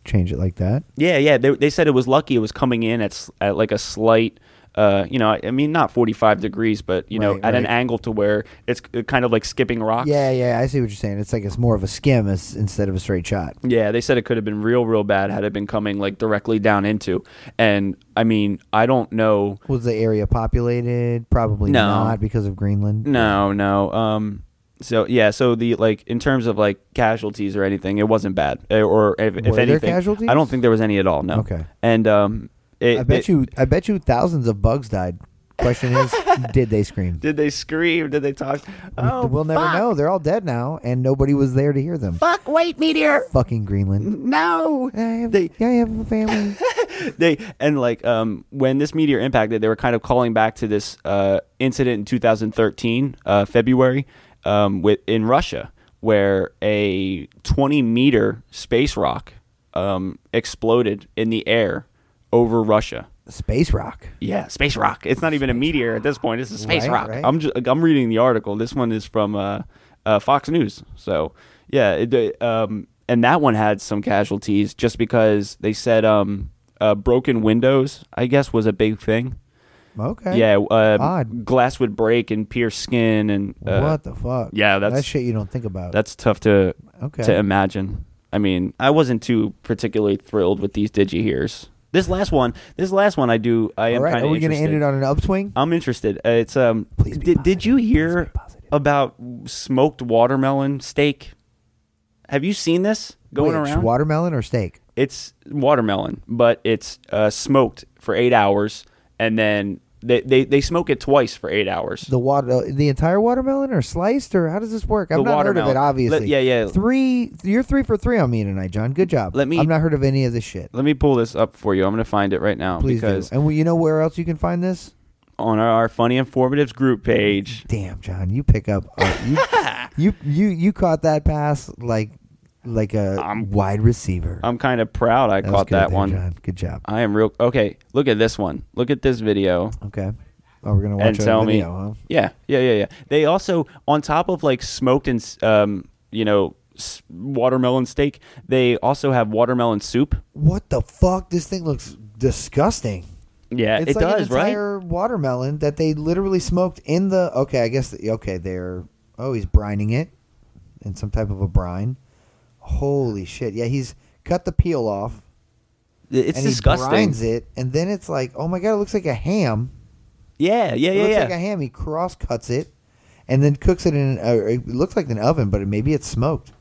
Speaker 3: change it like that.
Speaker 2: yeah, yeah. They, they said it was lucky it was coming in at, s- at like a slight, uh, you know, I- I mean, not 45 degrees, but, you know,
Speaker 3: Mm, Right,
Speaker 2: at an
Speaker 3: right.
Speaker 2: angle to where it's c- kind of like skipping rocks.
Speaker 3: Yeah, yeah, I see what you're saying. It's like it's more of a skim as, instead of a straight shot.
Speaker 2: Yeah, they said it could have been real, real bad had it been coming like directly down into. And I mean, I don't know.
Speaker 3: Was the area populated? Probably
Speaker 2: No.
Speaker 3: not because of Greenland.
Speaker 2: No, no. Um, so yeah, so the like in terms of like casualties or anything, it wasn't bad. Eh, Or if, if
Speaker 3: Were there
Speaker 2: anything,
Speaker 3: casualties?
Speaker 2: I don't think there was any at all. No.
Speaker 3: Okay.
Speaker 2: And um, it,
Speaker 3: I bet
Speaker 2: it-
Speaker 3: you. I bet you thousands of bugs died. Question is, did they scream?
Speaker 2: Did they scream? Did they talk? Oh,
Speaker 3: we'll never
Speaker 2: fuck.
Speaker 3: know. They're all dead now, and nobody was there to hear them.
Speaker 2: Fuck, wait, meteor.
Speaker 3: Fucking Greenland.
Speaker 2: No.
Speaker 3: I have,
Speaker 2: Mm. They-
Speaker 3: I have a family.
Speaker 2: they and like um when this meteor impacted they were kind of calling back to this uh incident in 2013 uh february um with in russia where a 20 meter space rock um exploded in the air over russia
Speaker 3: Space rock.
Speaker 2: yeah, space rock. It's not even a meteor at this point. It's a space
Speaker 3: Right,
Speaker 2: rock.
Speaker 3: right.
Speaker 2: I'm just, I'm reading the article. This one is from uh, uh, Fox News. So yeah, it, uh, um, and that one had some casualties just because they said um, uh, broken windows. I guess was a big thing.
Speaker 3: Okay.
Speaker 2: Yeah, uh,
Speaker 3: Odd.
Speaker 2: glass would break and pierce skin, and uh,
Speaker 3: what the fuck?
Speaker 2: yeah, that's-
Speaker 3: that shit you don't think about.
Speaker 2: that's tough to
Speaker 3: Okay.
Speaker 2: to imagine. I mean, I wasn't too particularly thrilled with these digi hears. This last one, this last one, I do. I
Speaker 3: all
Speaker 2: am
Speaker 3: right.
Speaker 2: kind
Speaker 3: Are
Speaker 2: of
Speaker 3: we going to end it on an upswing?
Speaker 2: I'm interested. Uh, it's um.
Speaker 3: Please be
Speaker 2: did, did you
Speaker 3: positive. Please
Speaker 2: hear
Speaker 3: be positive.
Speaker 2: about smoked watermelon steak? Have you seen this going
Speaker 3: Wait, it's
Speaker 2: around?
Speaker 3: Watermelon or steak?
Speaker 2: it's watermelon, but it's uh, smoked for eight hours, and then they, they they smoke it twice for eight hours.
Speaker 3: The water, the entire watermelon, or sliced, or how does this work? I've
Speaker 2: The
Speaker 3: not heard of
Speaker 2: watermelon.
Speaker 3: it. Obviously,
Speaker 2: Let- yeah, yeah.
Speaker 3: Three, you're three for three on me tonight, John. Good job.
Speaker 2: Let me-
Speaker 3: I've not heard of any of this shit.
Speaker 2: Let me pull this up for you. I'm gonna find it right now
Speaker 3: Please do.
Speaker 2: because
Speaker 3: And well, you know where else you can find this?
Speaker 2: on our, our funny informatives group page.
Speaker 3: Damn, John, you pick up. uh, you, you, you, you caught that pass like, like a wide receiver.
Speaker 2: I'm kind of proud I
Speaker 3: That was
Speaker 2: caught
Speaker 3: good
Speaker 2: that
Speaker 3: there,
Speaker 2: one. Uh,
Speaker 3: John. Good job.
Speaker 2: I am real okay. Look at this one. Look at this video.
Speaker 3: Okay. Oh, we're gonna watch
Speaker 2: and
Speaker 3: a
Speaker 2: tell
Speaker 3: video,
Speaker 2: me.
Speaker 3: huh?
Speaker 2: Yeah, yeah, yeah, yeah. They also, on top of like smoked and s- um, you know, s- watermelon steak, they also have watermelon soup.
Speaker 3: What the fuck? This thing looks disgusting.
Speaker 2: Yeah,
Speaker 3: It's
Speaker 2: Uh, it
Speaker 3: like
Speaker 2: does,
Speaker 3: an
Speaker 2: right?
Speaker 3: entire watermelon that they literally smoked in the. Okay, I guess. Okay, they're. Oh, he's brining it in some type of a brine. Holy shit! Yeah, he's cut the peel off
Speaker 2: It's
Speaker 3: and he
Speaker 2: disgusting.
Speaker 3: brines it, and then it's like, oh my god, it looks like a ham.
Speaker 2: Yeah, yeah,
Speaker 3: It
Speaker 2: yeah,
Speaker 3: looks
Speaker 2: yeah.
Speaker 3: like a ham. He cross cuts it, and then cooks it in. Uh, it looks like an oven, but it, maybe it's smoked.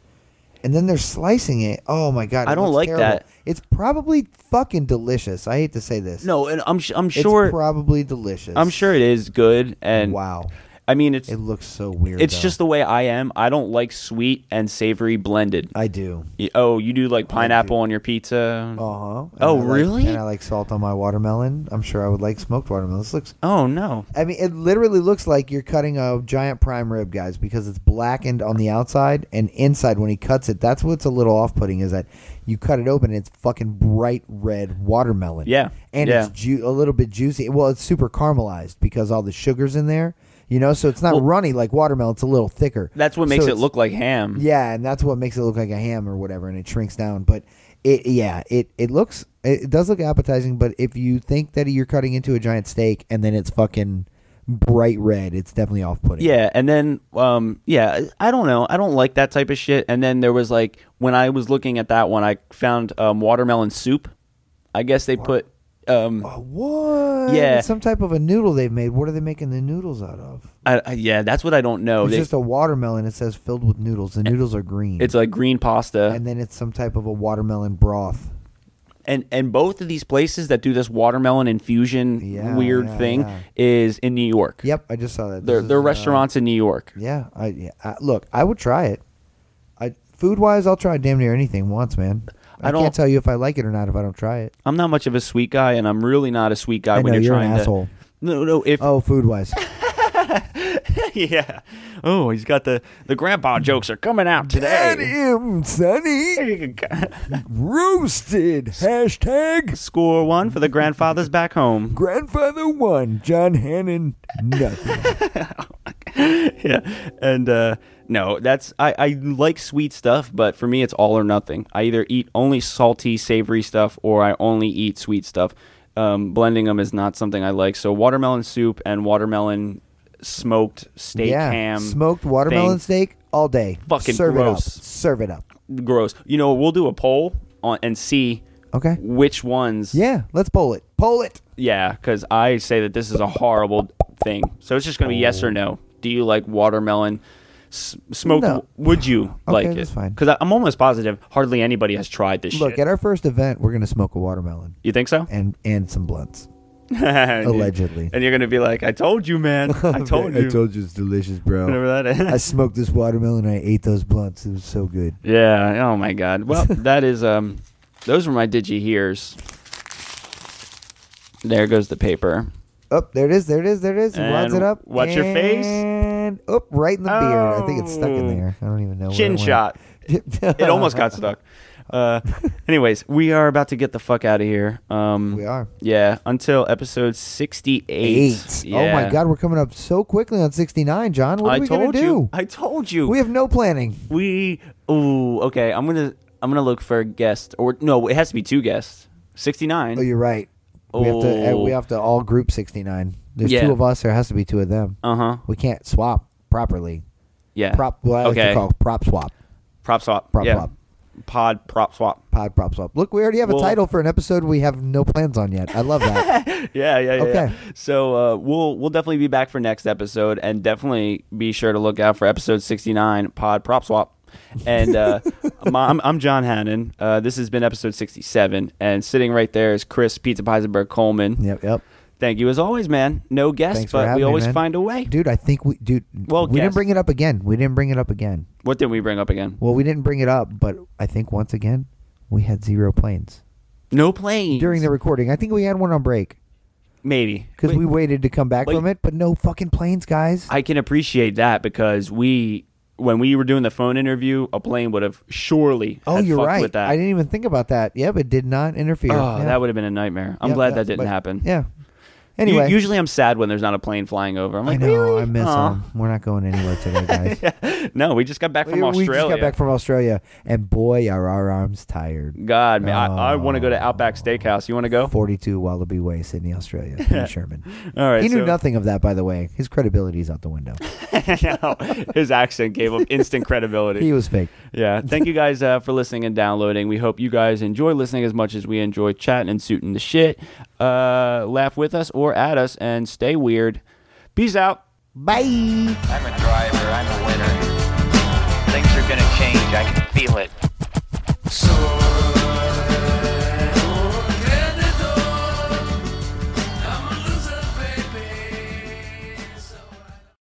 Speaker 3: And then they're slicing it. Oh my god!
Speaker 2: I
Speaker 3: it
Speaker 2: don't
Speaker 3: looks
Speaker 2: like
Speaker 3: terrible.
Speaker 2: that.
Speaker 3: It's probably fucking delicious. I hate to say this.
Speaker 2: no, and I'm sh- I'm
Speaker 3: it's
Speaker 2: sure
Speaker 3: probably delicious.
Speaker 2: I'm sure it is good. And
Speaker 3: Wow.
Speaker 2: I mean, it's
Speaker 3: It looks so weird.
Speaker 2: it's
Speaker 3: though.
Speaker 2: just the way I am. I don't like sweet and savory blended.
Speaker 3: I do.
Speaker 2: Y- oh, you do like pineapple on your pizza?
Speaker 3: Uh huh.
Speaker 2: Oh, really?
Speaker 3: and I like salt on my watermelon. I'm sure I would like smoked watermelon. This looks.
Speaker 2: Oh no.
Speaker 3: I mean, it literally looks like you're cutting a giant prime rib, guys, because it's blackened on the outside and inside. When he cuts it, that's what's a little off-putting is that you cut it open and it's fucking bright red watermelon.
Speaker 2: Yeah,
Speaker 3: and
Speaker 2: yeah.
Speaker 3: it's ju- a little bit juicy. Well, it's super caramelized because all the sugars in there. You know, so it's not runny like watermelon. It's a little thicker.
Speaker 2: That's what makes
Speaker 3: So
Speaker 2: it
Speaker 3: it's-
Speaker 2: look like ham.
Speaker 3: Yeah, and that's what makes it look like a ham or whatever, and it shrinks down. But it, yeah, it it looks, it does look appetizing. But if you think that you're cutting into a giant steak and then it's fucking bright red, it's definitely off putting.
Speaker 2: Yeah, and then um yeah, I don't know. I don't like that type of shit. And then there was like when I was looking at that one, I found um watermelon soup. I guess they put um
Speaker 3: Uh, What?
Speaker 2: Yeah.
Speaker 3: It's some type of a noodle they've made. What are they making the noodles out of?
Speaker 2: I, I, yeah, that's what I don't know. Oh,
Speaker 3: It's
Speaker 2: They,
Speaker 3: just a watermelon. It says filled with noodles. The noodles are green.
Speaker 2: it's like green pasta.
Speaker 3: and then it's some type of a watermelon broth.
Speaker 2: and and both of these places that do this watermelon infusion
Speaker 3: Yeah,
Speaker 2: weird
Speaker 3: yeah,
Speaker 2: thing
Speaker 3: yeah.
Speaker 2: is in New York.
Speaker 3: Yep, I just saw that.
Speaker 2: They're,
Speaker 3: This
Speaker 2: they're
Speaker 3: is, uh,
Speaker 2: restaurants in New York.
Speaker 3: Yeah, I, yeah. I, look, I would try it. I food wise, I'll try damn near anything once, man.
Speaker 2: I,
Speaker 3: I,
Speaker 2: don't.
Speaker 3: can't tell you if I like it or not if I don't try it.
Speaker 2: I'm not much of a sweet guy, and I'm really not a sweet guy
Speaker 3: I
Speaker 2: when
Speaker 3: know,
Speaker 2: you're,
Speaker 3: you're an
Speaker 2: trying to.
Speaker 3: asshole.
Speaker 2: No, no. If
Speaker 3: Oh, food wise,
Speaker 2: yeah. Oh, he's got the the grandpa jokes are coming out today.
Speaker 3: damn, Sonny, roasted. Hashtag
Speaker 2: Score one for the grandfathers back home.
Speaker 3: grandfather one, John Hannon. Nothing.
Speaker 2: yeah, and uh, no, that's I, I like sweet stuff, but for me it's all or nothing. I either eat only salty, savory stuff, or I only eat sweet stuff. Um, blending them is not something I like. So watermelon soup and watermelon smoked steak
Speaker 3: yeah,
Speaker 2: ham,
Speaker 3: smoked watermelon
Speaker 2: thing.
Speaker 3: steak all day.
Speaker 2: Fucking
Speaker 3: serve
Speaker 2: gross.
Speaker 3: it up. Serve it up.
Speaker 2: gross. You know, we'll do a poll on and see
Speaker 3: Okay.
Speaker 2: which ones.
Speaker 3: Yeah, let's poll it. Poll it.
Speaker 2: yeah, because I say that this is a horrible thing. So it's just gonna be yes or no. Do you like watermelon? S- smoke?
Speaker 3: Oh. No.
Speaker 2: Would you like it?
Speaker 3: that's fine.
Speaker 2: Because I'm almost positive hardly anybody has tried this
Speaker 3: Look,
Speaker 2: shit.
Speaker 3: at our first event, we're gonna smoke a watermelon
Speaker 2: you think so?
Speaker 3: and and some blunts.
Speaker 2: And you-
Speaker 3: Allegedly.
Speaker 2: And you're gonna be like, I told you, man. I told you.
Speaker 3: you it's delicious, bro.
Speaker 2: Remember that?
Speaker 3: I smoked this watermelon. and I ate those blunts. It was so good.
Speaker 2: yeah. Oh my god. Well, that is um, those were my digi hears. There goes the paper.
Speaker 3: Up Oh, there it is. There it is. There it is. He wads
Speaker 2: And
Speaker 3: it up.
Speaker 2: what's your face?
Speaker 3: And up right in the beard. I think it's stuck in
Speaker 2: Oh.
Speaker 3: there. I don't even know. where
Speaker 2: Chin
Speaker 3: it went.
Speaker 2: shot. It almost got stuck. Uh, anyways, we are about to get the fuck out of here. Um,
Speaker 3: We are.
Speaker 2: Yeah, until episode 68.
Speaker 3: Eight. Oh my
Speaker 2: Yeah.
Speaker 3: God, we're coming up so quickly on sixty nine, John. What are
Speaker 2: I
Speaker 3: we
Speaker 2: told
Speaker 3: gonna
Speaker 2: you.
Speaker 3: do?
Speaker 2: I told you.
Speaker 3: We have no planning.
Speaker 2: We ooh, okay, I'm going to I'm going to look for a guest or no, it has to be two guests. 69.
Speaker 3: Oh, you're right. We have to. uh,
Speaker 2: Oh.
Speaker 3: We have to all group sixty nine. There's
Speaker 2: Yeah.
Speaker 3: two of us. There has to be two of them.
Speaker 2: uh-huh.
Speaker 3: We can't swap properly.
Speaker 2: Yeah.
Speaker 3: Prop. What I like
Speaker 2: okay.
Speaker 3: to call prop swap.
Speaker 2: Prop swap.
Speaker 3: Prop
Speaker 2: yeah.
Speaker 3: swap.
Speaker 2: Pod prop swap.
Speaker 3: Pod prop swap. Look, we already have a
Speaker 2: Well-
Speaker 3: title for an episode we have no plans on yet. I love that.
Speaker 2: yeah, yeah, yeah.
Speaker 3: Okay.
Speaker 2: yeah. So uh, we'll we'll definitely be back for next episode, and definitely be sure to look out for episode sixty nine pod prop swap. And uh, my, I'm, I'm John Hannon. Uh, this has been episode sixty seven, and sitting right there is Chris Pizza Peisenberg Coleman.
Speaker 3: yep. Yep.
Speaker 2: Thank you as always, man. No guests,
Speaker 3: Thanks for
Speaker 2: but
Speaker 3: having
Speaker 2: we
Speaker 3: me,
Speaker 2: always
Speaker 3: man.
Speaker 2: find a way.
Speaker 3: Dude, I think we dude.
Speaker 2: Well,
Speaker 3: we
Speaker 2: guess.
Speaker 3: didn't bring it up again. We didn't bring it up again.
Speaker 2: What did we bring up again?
Speaker 3: Well, we didn't bring it up, but I think once again we had zero planes
Speaker 2: No plane
Speaker 3: during the recording. I think we had one on break
Speaker 2: maybe
Speaker 3: because
Speaker 2: Wait,
Speaker 3: we waited to come back
Speaker 2: Wait.
Speaker 3: from it, but no fucking planes, guys.
Speaker 2: I can appreciate that because we. When we were doing the phone interview, a plane would have surely.
Speaker 3: Oh,
Speaker 2: had
Speaker 3: you're
Speaker 2: fucked
Speaker 3: right.
Speaker 2: With that.
Speaker 3: I didn't even think about that. Yeah, but did not interfere.
Speaker 2: Oh,
Speaker 3: yeah.
Speaker 2: that would have been a nightmare. I'm
Speaker 3: Yeah,
Speaker 2: glad
Speaker 3: yeah,
Speaker 2: that didn't
Speaker 3: but-
Speaker 2: happen.
Speaker 3: Yeah.
Speaker 2: U-
Speaker 3: Anyway,
Speaker 2: usually I'm sad when there's not a plane flying over. I'm
Speaker 3: I
Speaker 2: like,
Speaker 3: know
Speaker 2: really?
Speaker 3: I miss
Speaker 2: Aw.
Speaker 3: them. We're not going anywhere today, guys.
Speaker 2: No, we just got back from
Speaker 3: we, we
Speaker 2: Australia.
Speaker 3: just got back from Australia, and boy, are our arms tired.
Speaker 2: God, man, I,
Speaker 3: Oh.
Speaker 2: I want to go to Outback Steakhouse. You want to go?
Speaker 3: 42 Wallaby Way, Sydney, Australia. Ken Sherman.
Speaker 2: All right.
Speaker 3: he knew
Speaker 2: so-
Speaker 3: nothing of that, by the way. His credibility's out the window.
Speaker 2: No, his accent gave him instant credibility.
Speaker 3: He was fake.
Speaker 2: yeah. Thank you guys uh, for listening and downloading. We hope you guys enjoy listening as much as we enjoy chatting and suiting the shit. Uh, laugh with us or at us and stay weird. Peace out.
Speaker 3: Bye.
Speaker 8: I'm a driver. I'm a winner. Things are going to change. I can feel it.
Speaker 7: So